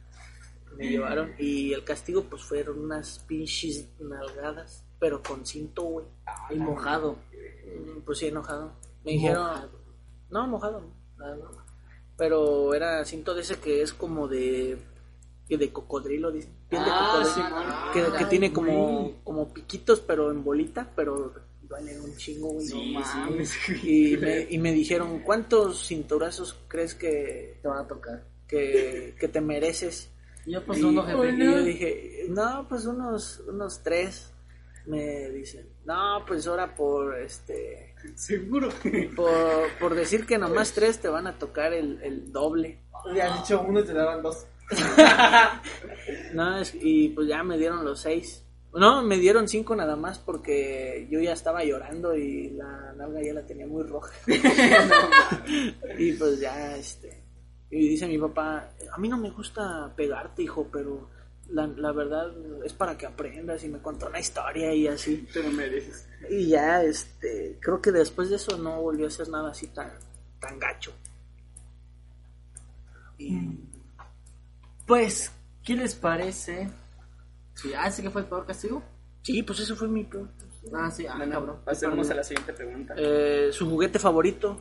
Speaker 3: me llevaron y el castigo pues fueron unas pinches nalgadas, pero con cinto, güey.
Speaker 2: Y mojado.
Speaker 3: Mm, Pues sí, enojado. Me dijeron, no, mojado, no, nada, no. pero era cinto de ese que es como de que de cocodrilo, dicen. Piel de
Speaker 2: Ah,
Speaker 3: cocodrilo.
Speaker 2: Simón.
Speaker 3: que, que
Speaker 2: Ay,
Speaker 3: tiene como,
Speaker 2: güey.
Speaker 3: como piquitos, pero en bolita, pero vale un chingo, güey.
Speaker 4: Sí,
Speaker 3: no
Speaker 4: sí.
Speaker 3: mames. Y me, y me dijeron, ¿cuántos cinturazos crees que,
Speaker 2: Te van a tocar.
Speaker 3: que, que te mereces?
Speaker 2: Y Yo pues
Speaker 3: y,
Speaker 2: uno jefe.
Speaker 3: y yo dije, no, pues unos, unos tres. Me dicen, no, pues ahora por este
Speaker 4: Seguro.
Speaker 3: por, por decir que nomás tres te van a tocar el, el doble.
Speaker 4: Le has dicho uno y te daban dos.
Speaker 3: No, es- y pues ya me dieron los seis. No, me dieron cinco nada más porque yo ya estaba llorando y la nalga ya la tenía muy roja. y pues ya, este. Y dice mi papá: A mí no me gusta pegarte, hijo, pero la, la verdad es para que aprendas. Y me contó una historia y así.
Speaker 4: Te lo mereces.
Speaker 3: Y ya, este. Creo que después de eso no volvió a hacer nada así tan, tan gacho.
Speaker 2: Y-
Speaker 3: Mm.
Speaker 2: Pues, ¿qué les parece? Sí, ah, sí que fue el peor castigo.
Speaker 3: Sí, pues eso fue mi peor.
Speaker 2: Ah, sí, ah, cabrón.
Speaker 4: Pasemos a la siguiente pregunta.
Speaker 3: Eh, su juguete favorito.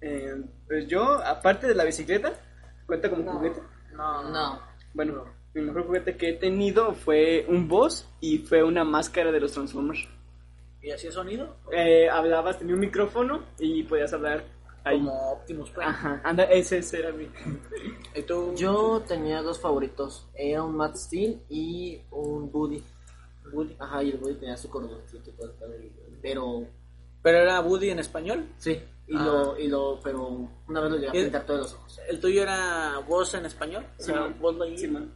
Speaker 4: Eh, pues yo, aparte de la bicicleta, cuenta como juguete.
Speaker 3: No,
Speaker 1: No,
Speaker 4: Bueno, mi mejor juguete que he tenido fue un boss y fue una máscara de los Transformers.
Speaker 3: ¿Y hacía sonido?
Speaker 4: Eh, hablabas, tenía un micrófono y podías hablar ahí.
Speaker 3: Como Optimus Prime.
Speaker 4: Ajá, anda, ese, ese era mi.
Speaker 3: ¿Y tú?
Speaker 2: Yo tenía dos favoritos, era un Matt Steel y un Buddy.
Speaker 3: Woody.
Speaker 2: Ajá, y el Buddy tenía su cordoncito, y todo, pero- pero
Speaker 3: ¿Pero era Woody en español?
Speaker 2: sí, y
Speaker 3: Ah.
Speaker 2: lo, y lo, pero una vez lo llegué a
Speaker 4: Eh,
Speaker 3: ¿Y el-
Speaker 2: pintar todos los ojos.
Speaker 3: ¿El tuyo era voz en español? O sea,
Speaker 4: Simón.
Speaker 3: Buzz Lightyear.
Speaker 4: Simón.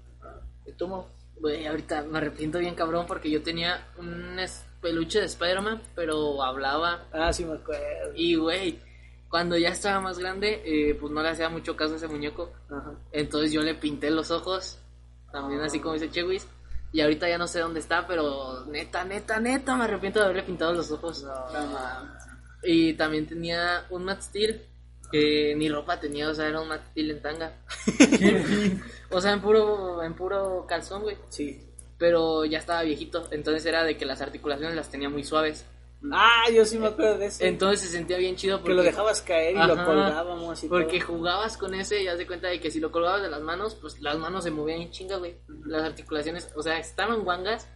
Speaker 3: ¿Y tú, Mo?
Speaker 1: güey, ahorita me arrepiento bien cabrón porque yo tenía un es- peluche de Spider-Man, pero hablaba.
Speaker 3: Ah, sí me acuerdo.
Speaker 1: Y, güey, cuando ya estaba más grande, eh, pues no le hacía mucho caso a ese muñeco.
Speaker 3: Ajá.
Speaker 1: Entonces yo le pinté los ojos, también así como dice Chewis. Y ahorita ya no sé dónde está, pero neta, neta, neta, me arrepiento de haberle pintado los ojos. Y también tenía un Matt Steel, que ni ropa tenía, o sea, era un Matt Steel en tanga. o sea, en puro, en puro calzón, güey.
Speaker 3: Sí.
Speaker 1: Pero ya estaba viejito, entonces era de que las articulaciones las tenía muy suaves.
Speaker 3: Ah, yo sí me acuerdo de ese.
Speaker 1: Entonces se sentía bien chido porque...
Speaker 3: que lo dejabas caer y lo
Speaker 1: Ajá,
Speaker 3: colgábamos así.
Speaker 1: Porque
Speaker 3: todo.
Speaker 1: jugabas con ese y haz de cuenta de que si lo colgabas de las manos, pues las manos se movían en chinga, güey. Las articulaciones, o sea, estaban guangas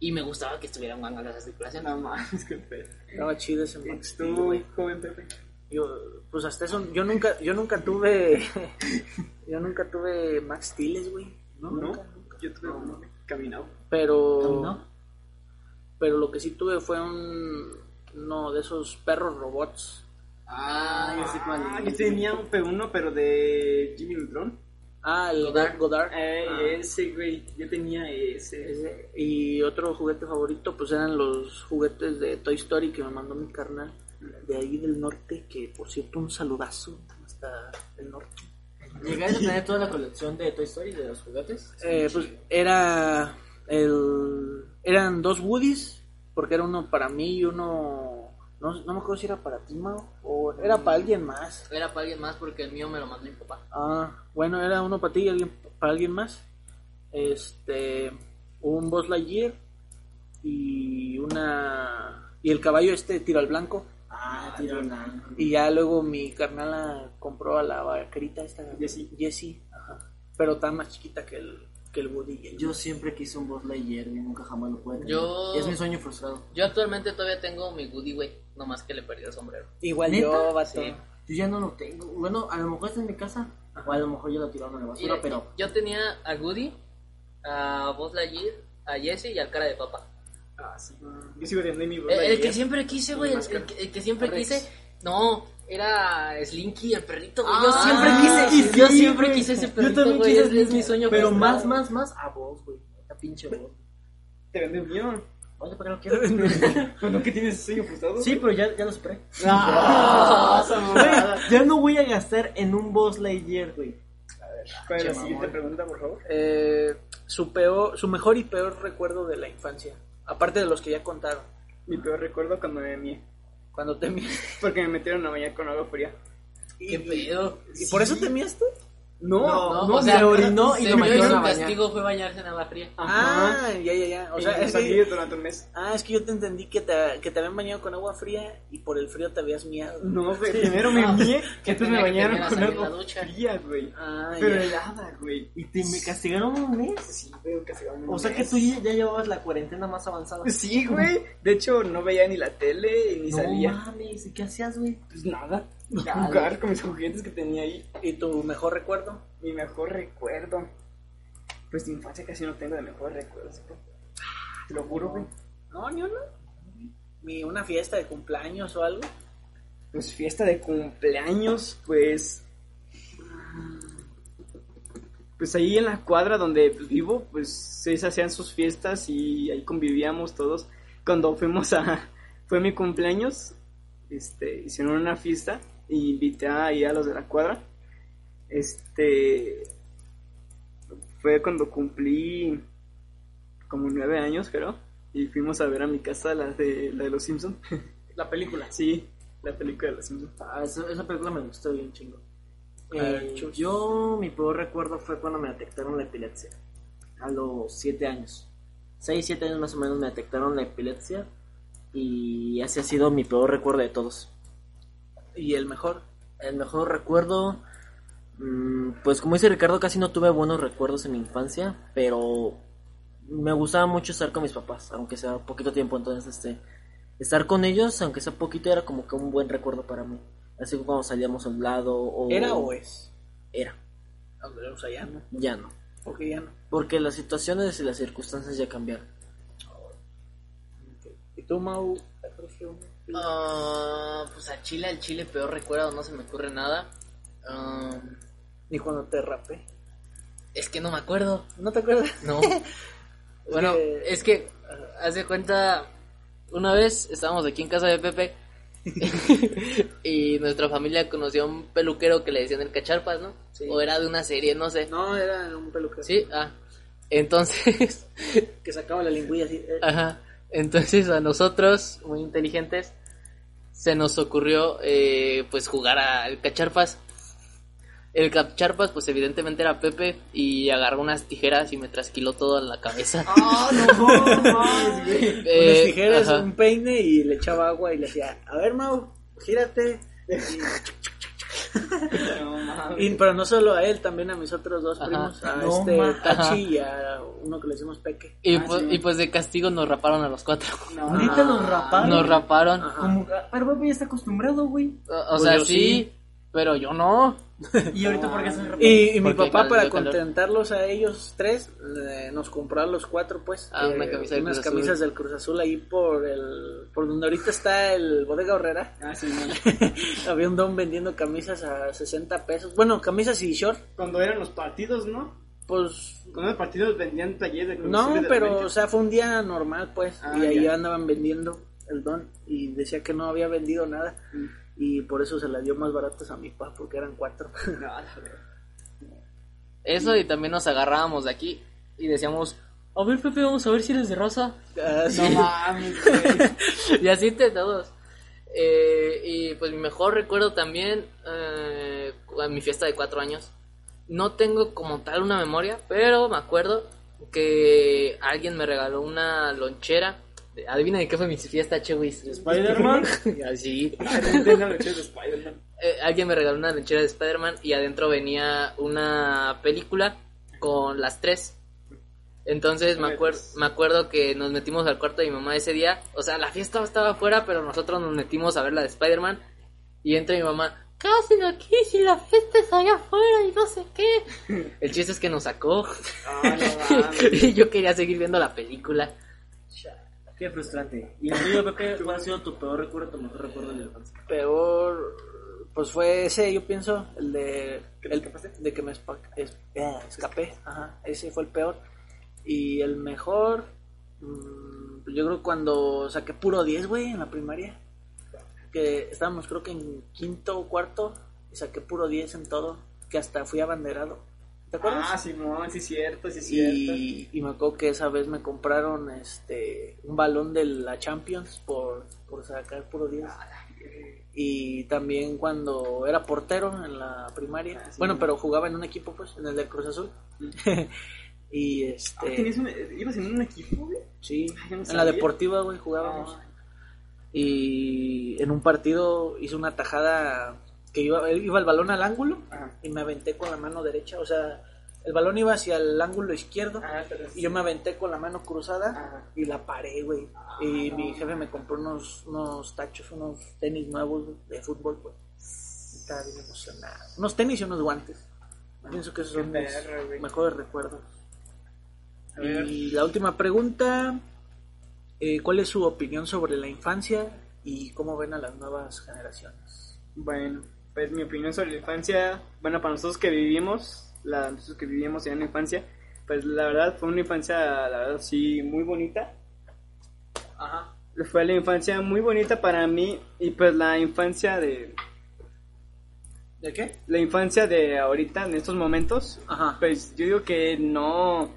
Speaker 1: y me gustaba que estuvieran guangas las articulaciones.
Speaker 4: No mames, qué pedo.
Speaker 3: Estaba chido ese Max.
Speaker 4: Estuvo muy joven, Pepe.
Speaker 3: Yo, pues hasta eso, yo nunca, yo nunca tuve, yo nunca tuve Max Steel, güey.
Speaker 4: No,
Speaker 3: Nunca,
Speaker 4: no.
Speaker 3: nunca.
Speaker 4: Yo tuve uno caminado.
Speaker 3: Pero,
Speaker 2: ¿No?
Speaker 3: pero lo que sí tuve fue un, uno de esos perros robots.
Speaker 2: Ah, ya sé cuál
Speaker 4: Ah,
Speaker 2: es.
Speaker 4: yo tenía un P1, pero de Jimmy Neutron.
Speaker 3: Ah, el
Speaker 1: Godard.
Speaker 3: Godard.
Speaker 4: Eh,
Speaker 3: Ah.
Speaker 4: Ese, güey. Yo tenía ese.
Speaker 3: Ese- Y otro juguete favorito, pues eran los juguetes de Toy Story que me mandó mi carnal de ahí del norte, que por cierto un saludazo hasta el norte.
Speaker 2: ¿Llegaste a tener toda la colección de Toy Story de los juguetes?
Speaker 3: Eh, pues era el, eran dos Woodies, porque era uno para mí y uno, no, no me acuerdo si era para ti, Mao, o era para alguien más.
Speaker 1: Era para alguien más porque el mío me lo mandó mi papá.
Speaker 3: Ah, bueno, era uno para ti y alguien, para alguien más. Este, un Buzz Lightyear y una y el caballo este de tiro al blanco
Speaker 2: Ah, tiro blanco.
Speaker 3: y ya luego mi carnala compró a la vaquerita esta
Speaker 4: Jessie.
Speaker 3: Jessie, ajá. pero tan más chiquita que el que el Woody y el-
Speaker 2: Yo siempre quise un Buzz Lightyear y nunca jamás lo pude tener.
Speaker 1: Yo-
Speaker 2: Y es mi sueño frustrado.
Speaker 1: Yo actualmente todavía tengo mi Woody, güey. Nomás que le perdí el sombrero.
Speaker 3: igual
Speaker 2: ¿Neta?
Speaker 3: yo vato.
Speaker 1: Sí.
Speaker 2: Yo ya no lo tengo. Bueno, a lo mejor está en mi casa. O a lo mejor yo lo tiraron a la basura,
Speaker 1: Mira,
Speaker 2: pero...
Speaker 1: Yo tenía a Woody, a Buzz Lightyear, a Jesse y al cara de papá.
Speaker 4: Ah, sí. Yo sigo teniendo mi
Speaker 1: El,
Speaker 4: Buzz
Speaker 1: el que
Speaker 4: Lightyear.
Speaker 1: siempre quise, güey. El, el que- el que siempre
Speaker 3: Rex.
Speaker 1: quise. No, era Slinky, el perrito, güey. Yo
Speaker 2: Ah,
Speaker 1: siempre quise.
Speaker 2: sí,
Speaker 1: yo
Speaker 2: sí,
Speaker 1: siempre
Speaker 2: güey.
Speaker 1: quise ese
Speaker 2: Yo
Speaker 1: perrito,
Speaker 2: también
Speaker 1: güey.
Speaker 2: quise
Speaker 1: Es, es
Speaker 2: Slinky,
Speaker 1: mi sueño
Speaker 2: Pero
Speaker 1: frustrado.
Speaker 2: más, más, más a vos, güey. Esta pinche voz.
Speaker 4: Te vende un guión.
Speaker 2: Oye, pero no quiero.
Speaker 4: Bueno, que tienes sello frustrado.
Speaker 2: sí, pero ya, ya lo superé. Güey, ya no voy a gastar en un Buzz Lightyear, güey.
Speaker 4: ¿Cuál es la
Speaker 2: Che,
Speaker 4: siguiente
Speaker 2: mamón.
Speaker 4: pregunta, por favor?
Speaker 3: Eh, su peor su mejor y peor recuerdo de la infancia aparte de los que ya contaron
Speaker 4: Mi peor recuerdo cuando me mié.
Speaker 3: cuando te mi-
Speaker 4: Porque me metieron a bañar con agua fría.
Speaker 1: ¿Qué pedo?
Speaker 3: y por eso te miaste
Speaker 4: No,
Speaker 2: no, se orinó y
Speaker 1: se
Speaker 2: lo
Speaker 1: murió
Speaker 2: metieron
Speaker 1: su
Speaker 2: a bañar.
Speaker 1: castigo fue bañarse en agua fría.
Speaker 4: Ajá.
Speaker 3: ah ya ya ya o sea
Speaker 4: y
Speaker 3: es
Speaker 4: salí
Speaker 3: que-
Speaker 4: durante un mes.
Speaker 3: ah es que yo te entendí que te, que te habían bañado con agua fría y por el frío te habías miado
Speaker 4: No, güey, primero me mié, entonces me
Speaker 1: tenía que terminar
Speaker 4: bañaron con
Speaker 1: de salir
Speaker 4: agua
Speaker 1: la ducha.
Speaker 4: fría, güey.
Speaker 3: ah
Speaker 4: Pero
Speaker 3: ya.
Speaker 4: helada, güey.
Speaker 2: ¿Y te me castigaron un mes?
Speaker 4: Sí, güey, casi va un
Speaker 2: O sea que
Speaker 4: mes.
Speaker 2: tú ya ya llevabas la cuarentena más avanzada.
Speaker 4: Sí, güey. De hecho, no veía ni la tele ni
Speaker 2: No
Speaker 4: salía.
Speaker 2: mames, ¿y qué hacías, güey?
Speaker 4: Pues nada. Jugar con mis juguetes que tenía ahí.
Speaker 3: y tu mejor recuerdo
Speaker 4: Mi mejor recuerdo. Pues de infancia casi no tengo de mejor recuerdos. güey. Te lo juro, güey.
Speaker 3: No, ni uno. Ni una fiesta de cumpleaños o algo.
Speaker 4: Pues fiesta de cumpleaños, pues. Pues ahí en la cuadra donde pues, vivo, pues se hacían sus fiestas y ahí convivíamos todos. Cuando fuimos a. Fue mi cumpleaños, este, hicieron una fiesta y invité ahí a los de la cuadra. Este. Fue cuando cumplí como nueve años, creo. Y fuimos a ver a mi casa la de, la de los Simpsons.
Speaker 3: La película.
Speaker 4: Sí, la película de los Simpsons.
Speaker 2: Ah, esa, esa película me gustó bien chingo.
Speaker 3: A
Speaker 2: Eh,
Speaker 3: ver, chus.
Speaker 2: yo, mi peor recuerdo fue cuando me detectaron la epilepsia. A los 7 años. 6, 7 años más o menos me detectaron la epilepsia. Y ese ha sido mi peor recuerdo de todos.
Speaker 3: Y el mejor.
Speaker 2: El mejor recuerdo. mm, Pues como dice Ricardo, casi no tuve buenos recuerdos en mi infancia, pero me gustaba mucho estar con mis papás, aunque sea poquito tiempo, entonces este estar con ellos, aunque sea poquito, era como que un buen recuerdo para mí. Así que cuando salíamos a un lado o
Speaker 3: ¿Era o es?
Speaker 2: era,
Speaker 3: O sea, ya no.
Speaker 2: ya no,
Speaker 3: Porque ya no.
Speaker 2: porque las situaciones y las circunstancias ya cambiaron.
Speaker 3: ¿Y tú, Mau? ¿Te acuerdas de uno?
Speaker 1: Ah, pues a Chile, al Chile peor recuerdo, no se me ocurre nada. Ah,
Speaker 3: Ni cuando te rapé.
Speaker 1: es que no me acuerdo.
Speaker 3: ¿No te acuerdas?
Speaker 1: No. bueno,
Speaker 3: que-
Speaker 1: es que, haz de cuenta, una vez estábamos aquí en casa de Pepe y nuestra familia conoció a un peluquero que le decían el cacharpas, ¿no?
Speaker 3: Sí.
Speaker 1: O era de una serie, no sé.
Speaker 3: No, era un peluquero.
Speaker 1: Sí, ah. Entonces,
Speaker 3: Que sacaba la lengüilla así. eh.
Speaker 1: ajá. Entonces a nosotros, muy inteligentes, se nos ocurrió eh, pues jugar al cacharpas. El cacharpas pues evidentemente era Pepe y agarró unas tijeras y me trasquiló todo en la cabeza. Eh,
Speaker 3: Unas tijeras,
Speaker 1: ajá.
Speaker 3: un peine y le echaba agua y le decía, a ver, Mau, gírate.
Speaker 4: No mames.
Speaker 3: Y, pero no solo a él, también a mis otros dos
Speaker 1: Ajá.
Speaker 3: primos, a
Speaker 2: No
Speaker 3: este
Speaker 2: ma-
Speaker 3: Tachi y a uno que le decimos Peque.
Speaker 1: Y,
Speaker 4: Ah,
Speaker 1: pues,
Speaker 4: sí.
Speaker 1: y pues de castigo nos raparon a los cuatro.
Speaker 4: No,
Speaker 2: Neta los raparon.
Speaker 1: Nos raparon.
Speaker 3: Ajá.
Speaker 2: Como- Pero Bobby ya está acostumbrado, güey.
Speaker 1: O, o
Speaker 3: Pues
Speaker 1: sea,
Speaker 3: yo
Speaker 1: sí,
Speaker 3: sí.
Speaker 1: pero yo no.
Speaker 2: Y ahorita porque son rapados.
Speaker 3: Y, y mi
Speaker 1: Porque
Speaker 3: papá,
Speaker 1: cal-
Speaker 3: para
Speaker 1: dio calor.
Speaker 3: contentarlos a ellos tres, eh, nos compró a los cuatro, pues,
Speaker 1: Ah, una camisa del
Speaker 3: unas
Speaker 1: Cruz Azul.
Speaker 3: camisas del Cruz Azul ahí por el por donde ahorita está el Bodega Horrera.
Speaker 4: Ah, sí, no.
Speaker 3: Había un don vendiendo camisas a 60 pesos. Bueno, camisas y short,
Speaker 4: Cuando eran los partidos, ¿no?
Speaker 3: pues
Speaker 4: Cuando eran partidos vendían talleres. de
Speaker 3: No,
Speaker 4: combustible de
Speaker 3: pero,
Speaker 4: repente.
Speaker 3: o sea, fue un día normal, pues.
Speaker 4: Ah,
Speaker 3: y ahí
Speaker 4: ya.
Speaker 3: andaban vendiendo el don. Y decía que no había vendido nada.
Speaker 4: Mm.
Speaker 3: Y por eso se la dio más baratas a mi papá, porque eran cuatro.
Speaker 4: No, la verdad.
Speaker 1: Eso y también nos agarrábamos de aquí y decíamos, a ver Pepe, vamos a ver si eres de rosa.
Speaker 3: Ah, sí.
Speaker 4: No mames, güey.
Speaker 1: y así te todos. Eh, y pues mi mejor recuerdo también, eh, cu- mi fiesta de cuatro años. No tengo como tal una memoria, pero me acuerdo que alguien me regaló una lonchera. De- Adivina de qué fue mi fiesta, Chewis.
Speaker 4: Spider-Man.
Speaker 1: Así.
Speaker 4: Tenía la leche de Spider-Man.
Speaker 1: Eh, alguien me regaló una lonchera de Spider-Man y adentro venía una película con las tres. Entonces me, acuer- me acuerdo que nos metimos al cuarto de mi mamá ese día. O sea, la fiesta estaba afuera, pero nosotros nos metimos a ver la de Spider-Man. Y entra mi mamá, ¿qué hacen aquí si la fiesta es allá afuera y no sé qué? El chiste es que nos sacó.
Speaker 4: Ah, no mames.
Speaker 1: y yo quería seguir viendo la película.
Speaker 2: Qué frustrante. ¿Y el tuyo, Pepe, cuál ha sido tu peor recuerdo, tu mejor recuerdo de la infancia?
Speaker 3: Peor, pues fue ese, yo pienso, el de, el, de que me espa- es- eh, escapé. Ajá, ese fue el peor. Y el mejor, mm, yo creo cuando saqué puro 10, güey, en la primaria. Que estábamos, creo que en quinto o cuarto, y saqué puro 10 en todo. Que hasta fui abanderado. ¿Te acuerdas?
Speaker 4: Ah, Simón, sí, cierto, sí, cierto.
Speaker 3: y, y me acuerdo que esa vez me compraron este un balón de la Champions por, por sacar puro 10.
Speaker 4: Ah,
Speaker 3: Y también cuando era portero en la primaria.
Speaker 4: Ah,
Speaker 3: bueno, pero jugaba en un equipo, pues, en el del Cruz Azul. y
Speaker 4: Mm. Ah,
Speaker 3: este.
Speaker 4: ¿tenías un- ¿Ibas en un equipo, güey?
Speaker 3: Sí,
Speaker 4: Ay, yo no
Speaker 3: en la
Speaker 4: sabía.
Speaker 3: deportiva, güey,
Speaker 4: Ah,
Speaker 3: jugábamos. Y en un partido hice una tajada que iba, iba el balón al ángulo
Speaker 4: Ajá.
Speaker 3: y me aventé con la mano derecha. O sea, el balón iba hacia el ángulo izquierdo
Speaker 4: Ah, pero sí.
Speaker 3: y yo me aventé con la mano cruzada
Speaker 4: Ajá.
Speaker 3: y la paré, güey. y mi jefe me compró unos, unos tachos, unos tenis nuevos güey, de fútbol, güey. Estaba bien emocionado. Unos tenis y unos guantes. Pienso que esos son mis
Speaker 4: Ah, perro, güey.
Speaker 3: mejores recuerdos.
Speaker 4: A ver.
Speaker 3: Y la última pregunta, eh, ¿cuál es su opinión sobre la infancia y cómo ven a las nuevas generaciones?
Speaker 4: Bueno, pues mi opinión sobre la infancia, bueno, para nosotros que vivimos, la, nosotros que vivimos en la infancia, pues la verdad fue una infancia, la verdad sí, muy bonita.
Speaker 3: Ajá.
Speaker 4: Fue la infancia muy bonita para mí y pues la infancia de,
Speaker 3: ¿De qué?
Speaker 4: la infancia de ahorita, en estos momentos,
Speaker 3: Ajá.
Speaker 4: pues yo digo que no,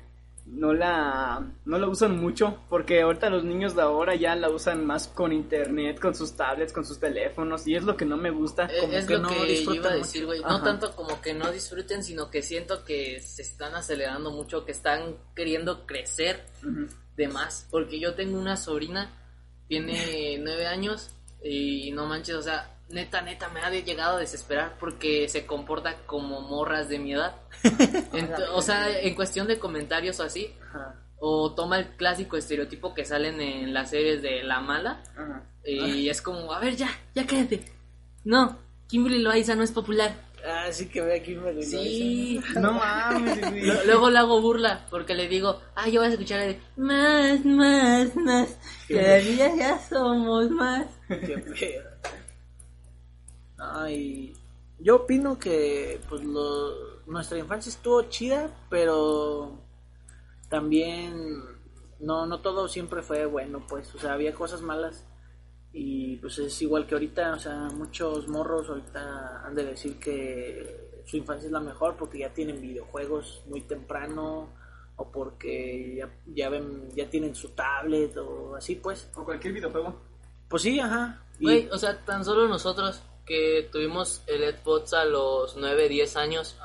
Speaker 4: no la, no la usan mucho, porque ahorita los niños de ahora ya la usan más con internet, con sus tablets, con sus teléfonos y es lo que no me gusta.
Speaker 1: Eh,
Speaker 3: como
Speaker 1: es
Speaker 3: que
Speaker 1: lo
Speaker 3: no
Speaker 1: que yo
Speaker 3: disfrutan
Speaker 1: iba a
Speaker 3: mucho.
Speaker 1: decir, güey. No
Speaker 3: Ajá.
Speaker 1: tanto como que no disfruten, sino que siento que se están acelerando mucho, que están queriendo crecer
Speaker 4: Ujú.
Speaker 1: de más. Porque yo tengo una sobrina, tiene nueve años y no manches, o sea, neta, neta, me ha de- llegado a desesperar porque se comporta como morras de mi edad. Ent- o sea, en cuestión de comentarios o así,
Speaker 3: Ajá.
Speaker 1: o toma el clásico estereotipo que salen en las series de La Mala.
Speaker 4: Ajá.
Speaker 1: Y es como, a ver, ya, ya cállate. No, Kimberly Loaiza no es popular.
Speaker 3: Ah, sí que ve aquí me lo
Speaker 1: Sí.
Speaker 4: No mames, güey.
Speaker 1: Lo- Luego le hago burla porque le digo, ah, yo voy a escuchar la de más, más, más. Cada día ya somos más.
Speaker 3: Qué feo. Ay, yo opino que pues lo- nuestra infancia estuvo chida, pero también no no todo siempre fue bueno, pues, o sea, había cosas malas y pues es igual que ahorita, o sea, muchos morros ahorita han de decir que su infancia es la mejor porque ya tienen videojuegos muy temprano o porque ya, ya ven ya tienen su tablet o así pues.
Speaker 4: O cualquier videojuego.
Speaker 3: Pues sí, ajá. Y-
Speaker 1: Güey, o sea, tan solo nosotros que tuvimos el Xbox a los 9, 10 años,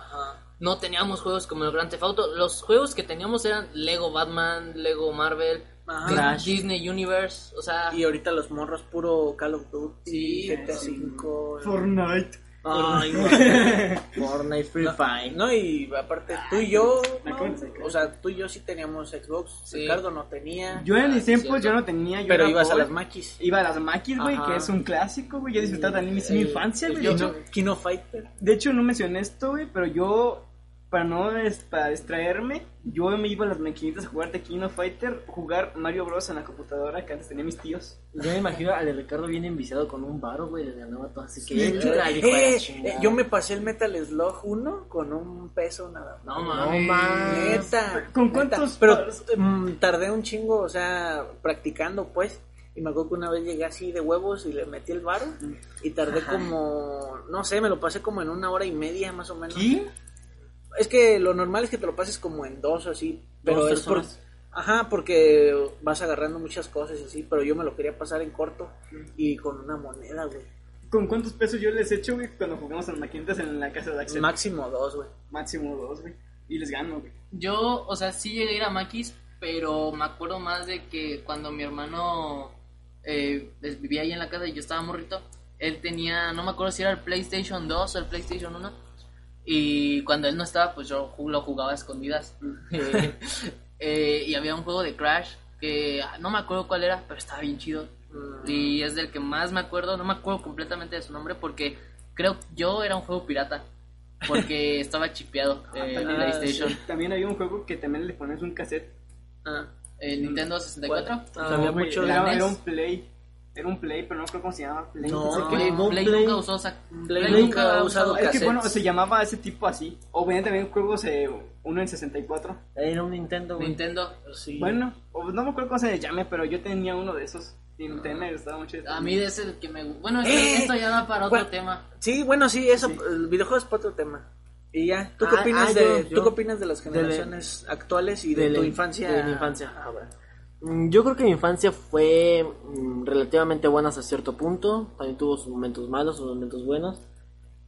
Speaker 1: no teníamos juegos como el Grand Theft Auto. Los juegos que teníamos eran Lego Batman, Lego Marvel,
Speaker 3: Ajá.
Speaker 1: Dis-
Speaker 3: Crash.
Speaker 1: Disney Universe, o sea...
Speaker 3: Y ahorita los morros puro Call of Duty,
Speaker 1: Sí,
Speaker 3: GTA
Speaker 4: sí.
Speaker 3: V.
Speaker 4: Fortnite.
Speaker 2: Ay, no. Fortnite Free Fire.
Speaker 3: No, y aparte tú y yo,
Speaker 4: Me
Speaker 3: no,
Speaker 4: acuerdo, me acuerdo.
Speaker 3: o sea, tú y yo sí teníamos Xbox,
Speaker 1: Sí.
Speaker 3: Ricardo no tenía,
Speaker 4: Yo en mis tiempos
Speaker 1: cierto.
Speaker 4: yo no tenía. Yo
Speaker 3: Ah, pero
Speaker 4: era
Speaker 3: ibas a
Speaker 4: pobre.
Speaker 3: las maquis.
Speaker 4: Iba a las maquis, güey,
Speaker 3: Ajá.
Speaker 4: que es un clásico, güey. Yo disfrutaba también mi, mi
Speaker 1: Eh,
Speaker 4: infancia, güey.
Speaker 1: yo-
Speaker 4: De hecho-
Speaker 3: Kino, Kino Fighter.
Speaker 4: De hecho, no mencioné esto, güey, pero yo, para no des- para distraerme, yo me iba a las maquinitas a jugar de Kino Fighter, jugar Mario Bros. en la computadora que antes tenía mis tíos.
Speaker 2: Yo me imagino al de Ricardo bien enviciado con un varo, güey, le ganaba todo. Así que.
Speaker 4: Sí,
Speaker 2: Ay,
Speaker 3: Eh,
Speaker 2: hijo de la
Speaker 3: eh,
Speaker 2: chingada.
Speaker 3: yo me pasé el Metal Slug 1 con un peso nada más.
Speaker 1: No
Speaker 2: No
Speaker 1: mames.
Speaker 2: mames.
Speaker 3: Neta.
Speaker 4: ¿Con
Speaker 3: neta.
Speaker 4: cuántos
Speaker 3: Pero
Speaker 4: palos?
Speaker 3: mm, tardé un chingo, o sea, practicando pues. Y me acuerdo que una vez llegué así de huevos y le metí el varo. Y tardé como, no sé, me lo pasé como en una hora y media más o menos.
Speaker 4: ¿Qué?
Speaker 3: Es que lo normal es que te lo pases como en dos o así. Pero
Speaker 2: Dos,
Speaker 3: es
Speaker 2: tres
Speaker 3: por-
Speaker 2: horas.
Speaker 3: Ajá, porque vas agarrando muchas cosas y así. Pero yo me lo quería pasar en corto y con una moneda, güey.
Speaker 4: ¿Con cuántos pesos yo les echo, güey, cuando jugamos a las maquinitas en la casa de Axel?
Speaker 3: Máximo dos, güey.
Speaker 4: Máximo dos, güey. Y les gano, güey.
Speaker 1: Yo, o sea, sí llegué a ir a Maquis, pero me acuerdo más de que cuando mi hermano eh, es- vivía ahí en la casa y yo estaba morrito, él tenía, no me acuerdo si era el PlayStation 2 o el PlayStation 1, y cuando él no estaba, pues yo ju- lo jugaba a escondidas. Eh, eh, y había un juego de Crash que ah, no me acuerdo cuál era, pero estaba bien chido.
Speaker 3: Mm.
Speaker 1: Y es del que más me acuerdo, no me acuerdo completamente de su nombre porque creo que yo era un juego pirata. Porque estaba chipeado eh,
Speaker 4: También-
Speaker 1: PlayStation.
Speaker 4: También había un juego que también le pones un cassette.
Speaker 1: Ah, el Nintendo 64.
Speaker 3: Ah,
Speaker 2: Sabía
Speaker 3: güey,
Speaker 2: mucho
Speaker 3: la
Speaker 4: era,
Speaker 3: NES.
Speaker 4: era un play. Era un play, pero no creo cómo se llamaba. Play.
Speaker 3: No,
Speaker 4: sé
Speaker 1: No,
Speaker 4: qué.
Speaker 1: Play,
Speaker 2: no,
Speaker 1: Play
Speaker 2: Play-
Speaker 1: nunca usó sa- Play
Speaker 3: nunca
Speaker 1: nunca
Speaker 3: ha
Speaker 1: ha
Speaker 3: usado
Speaker 1: usado
Speaker 4: Es que bueno,
Speaker 1: cassettes.
Speaker 4: se llamaba ese tipo así. O venían también juegos, eh, uno en 64.
Speaker 2: Era un Nintendo, güey.
Speaker 1: Nintendo.
Speaker 3: Sí.
Speaker 4: Bueno, o no me acuerdo cómo se llame, pero yo tenía uno de esos. Y Nintendo estaba mucho.
Speaker 1: A mí de ese que me gu- Bueno,
Speaker 3: ¡Eh!
Speaker 1: esto ya da para otro
Speaker 3: Bueno,
Speaker 1: tema.
Speaker 3: Sí, bueno, sí, eso, el videojuego es para otro tema. Y ya, ¿tú qué
Speaker 2: Ah,
Speaker 3: opinas
Speaker 2: ah,
Speaker 3: de
Speaker 2: yo,
Speaker 3: tú
Speaker 2: yo.
Speaker 3: qué opinas de las
Speaker 2: De la-
Speaker 3: generaciones actuales y de,
Speaker 2: la-
Speaker 3: tu infancia?
Speaker 2: de mi infancia.
Speaker 3: Ah, bueno.
Speaker 2: Mm, Yo creo que mi infancia fue mm, relativamente buena hasta cierto punto. También tuvo sus momentos malos, sus momentos buenos.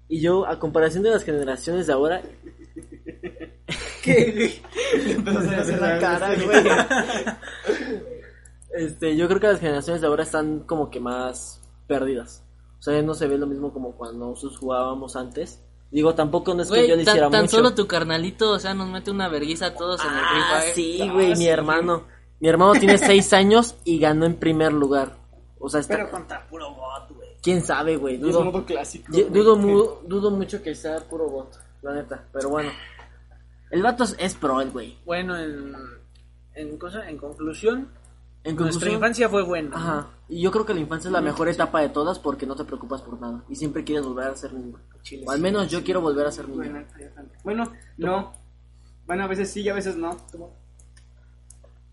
Speaker 2: Y yo, a comparación de las generaciones de ahora,
Speaker 4: la cara,
Speaker 2: este, yo creo que las generaciones de ahora están como que más perdidas. O sea, ya no se ve lo mismo como cuando nosotros jugábamos antes. Digo, tampoco no es que
Speaker 1: Güey,
Speaker 2: yo le
Speaker 1: tan,
Speaker 2: hiciera
Speaker 1: tan
Speaker 2: mucho.
Speaker 1: solo tu carnalito, o sea, nos mete una vergüenza a todos en el Free
Speaker 2: Ah,
Speaker 1: Fire.
Speaker 2: sí,
Speaker 4: Ah,
Speaker 2: güey, mi
Speaker 4: sí.
Speaker 2: hermano. Mi hermano tiene seis años y ganó en primer lugar. O sea, está,
Speaker 3: Pero contra puro bot, güey.
Speaker 2: quién sabe, güey.
Speaker 4: Es
Speaker 2: Dudo,
Speaker 4: un modo clásico.
Speaker 2: Ye-
Speaker 4: güey.
Speaker 2: dudo, mu- dudo mucho que sea puro bot, la neta, pero bueno. El vato es- es pro, el güey.
Speaker 3: Bueno, en en cosa, en conclusión, nuestra
Speaker 2: En conclusión,
Speaker 3: infancia fue buena.
Speaker 2: Ajá. Y yo creo que la infancia es la mejor etapa de todas porque no te preocupas por nada. Y siempre quieres volver a ser niño.
Speaker 3: Chile,
Speaker 2: O al menos yo quiero volver a ser
Speaker 4: Bueno,
Speaker 2: niño.
Speaker 4: bueno, no. Bueno, a veces sí y a veces no.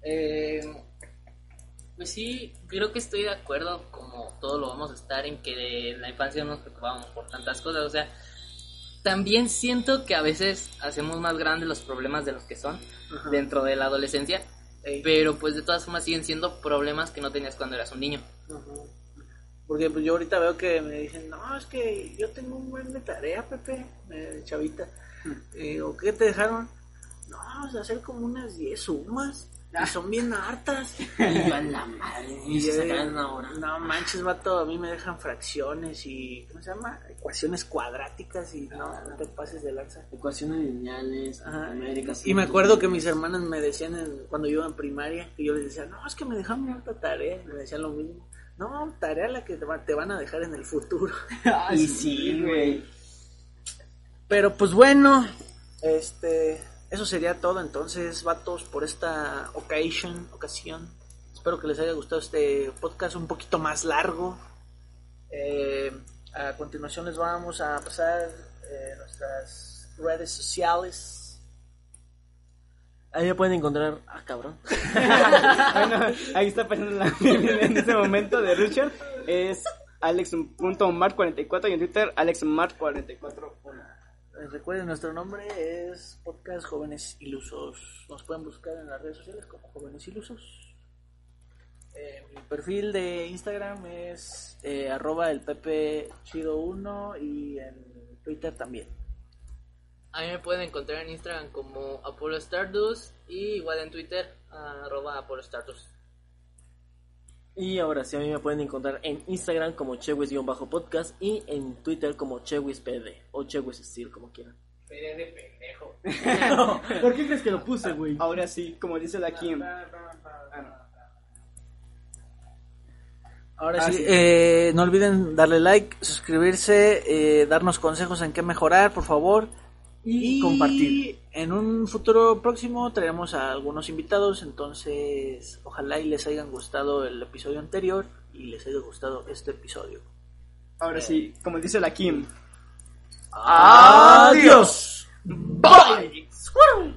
Speaker 1: Eh, pues sí, creo que estoy de acuerdo, como todos lo vamos a estar, en que en la infancia no nos preocupábamos por tantas cosas. O sea, también siento que a veces hacemos más grandes los problemas de los que son dentro de la adolescencia.
Speaker 3: Ey.
Speaker 1: Pero pues de todas formas siguen siendo problemas que no tenías cuando eras un niño.
Speaker 3: Ajá. Porque pues yo ahorita veo que me dicen, no, es que yo tengo un buen de tarea, Pepe, eh, chavita. Eh, ¿O qué te dejaron? No, vamos a hacer como unas 10 sumas. Y son bien hartas.
Speaker 2: Y yo a la madre, y se
Speaker 3: yo digo,
Speaker 2: sacaron ahora.
Speaker 3: No manches, vato, a mí me dejan fracciones y, ¿cómo se llama? Ecuaciones cuadráticas y no, no te pases de lanza.
Speaker 2: Ecuaciones lineales,
Speaker 3: Ajá.
Speaker 2: numéricas.
Speaker 3: Y me acuerdo que mis hermanas me decían en- cuando yo iba en primaria, que yo les decía, no, es que me dejaron una alta tarea, y me decían lo mismo. No, tarea la que te, va- te van a dejar en el futuro.
Speaker 4: Ay,
Speaker 2: Y sí, güey.
Speaker 3: Pero pues bueno, este, eso sería todo entonces, vatos, por esta occasion, ocasión. Espero que les haya gustado este podcast un poquito más largo. Eh, a continuación les vamos a pasar eh, nuestras redes sociales.
Speaker 2: Ahí me pueden encontrar. Ah, cabrón.
Speaker 4: Bueno, ahí está pasando la en este momento de Richard. Es alex.omar44 y en Twitter alexomar44.
Speaker 3: Eh, Recuerden, nuestro nombre es Podcast Jóvenes Ilusos. Nos pueden buscar en las redes sociales como Jóvenes Ilusos. Eh, mi perfil de Instagram es eh, arroba el Pepe Chido 1 y en Twitter también.
Speaker 1: A mí me pueden encontrar en Instagram como Apollo Stardust y igual en Twitter, arroba Apollo Stardust.
Speaker 2: Y ahora sí, a mí me pueden encontrar en Instagram como chewis-podcast y en Twitter como chewispd o chewissteel, como quieran.
Speaker 5: Sería de pendejo.
Speaker 2: ¿Por qué crees que lo puse, güey?
Speaker 4: Ahora sí, como dice la Kim. Ah,
Speaker 3: Ahora
Speaker 4: Ah,
Speaker 3: sí,
Speaker 4: sí.
Speaker 3: eh, no olviden darle like, suscribirse, eh, darnos consejos en qué mejorar, por favor.
Speaker 2: Y compartir.
Speaker 3: En un futuro próximo traeremos a algunos invitados, entonces ojalá y les hayan gustado el episodio anterior y les haya gustado este episodio.
Speaker 4: Ahora sí, como dice la Kim.
Speaker 3: ¡Adiós!
Speaker 4: Bye.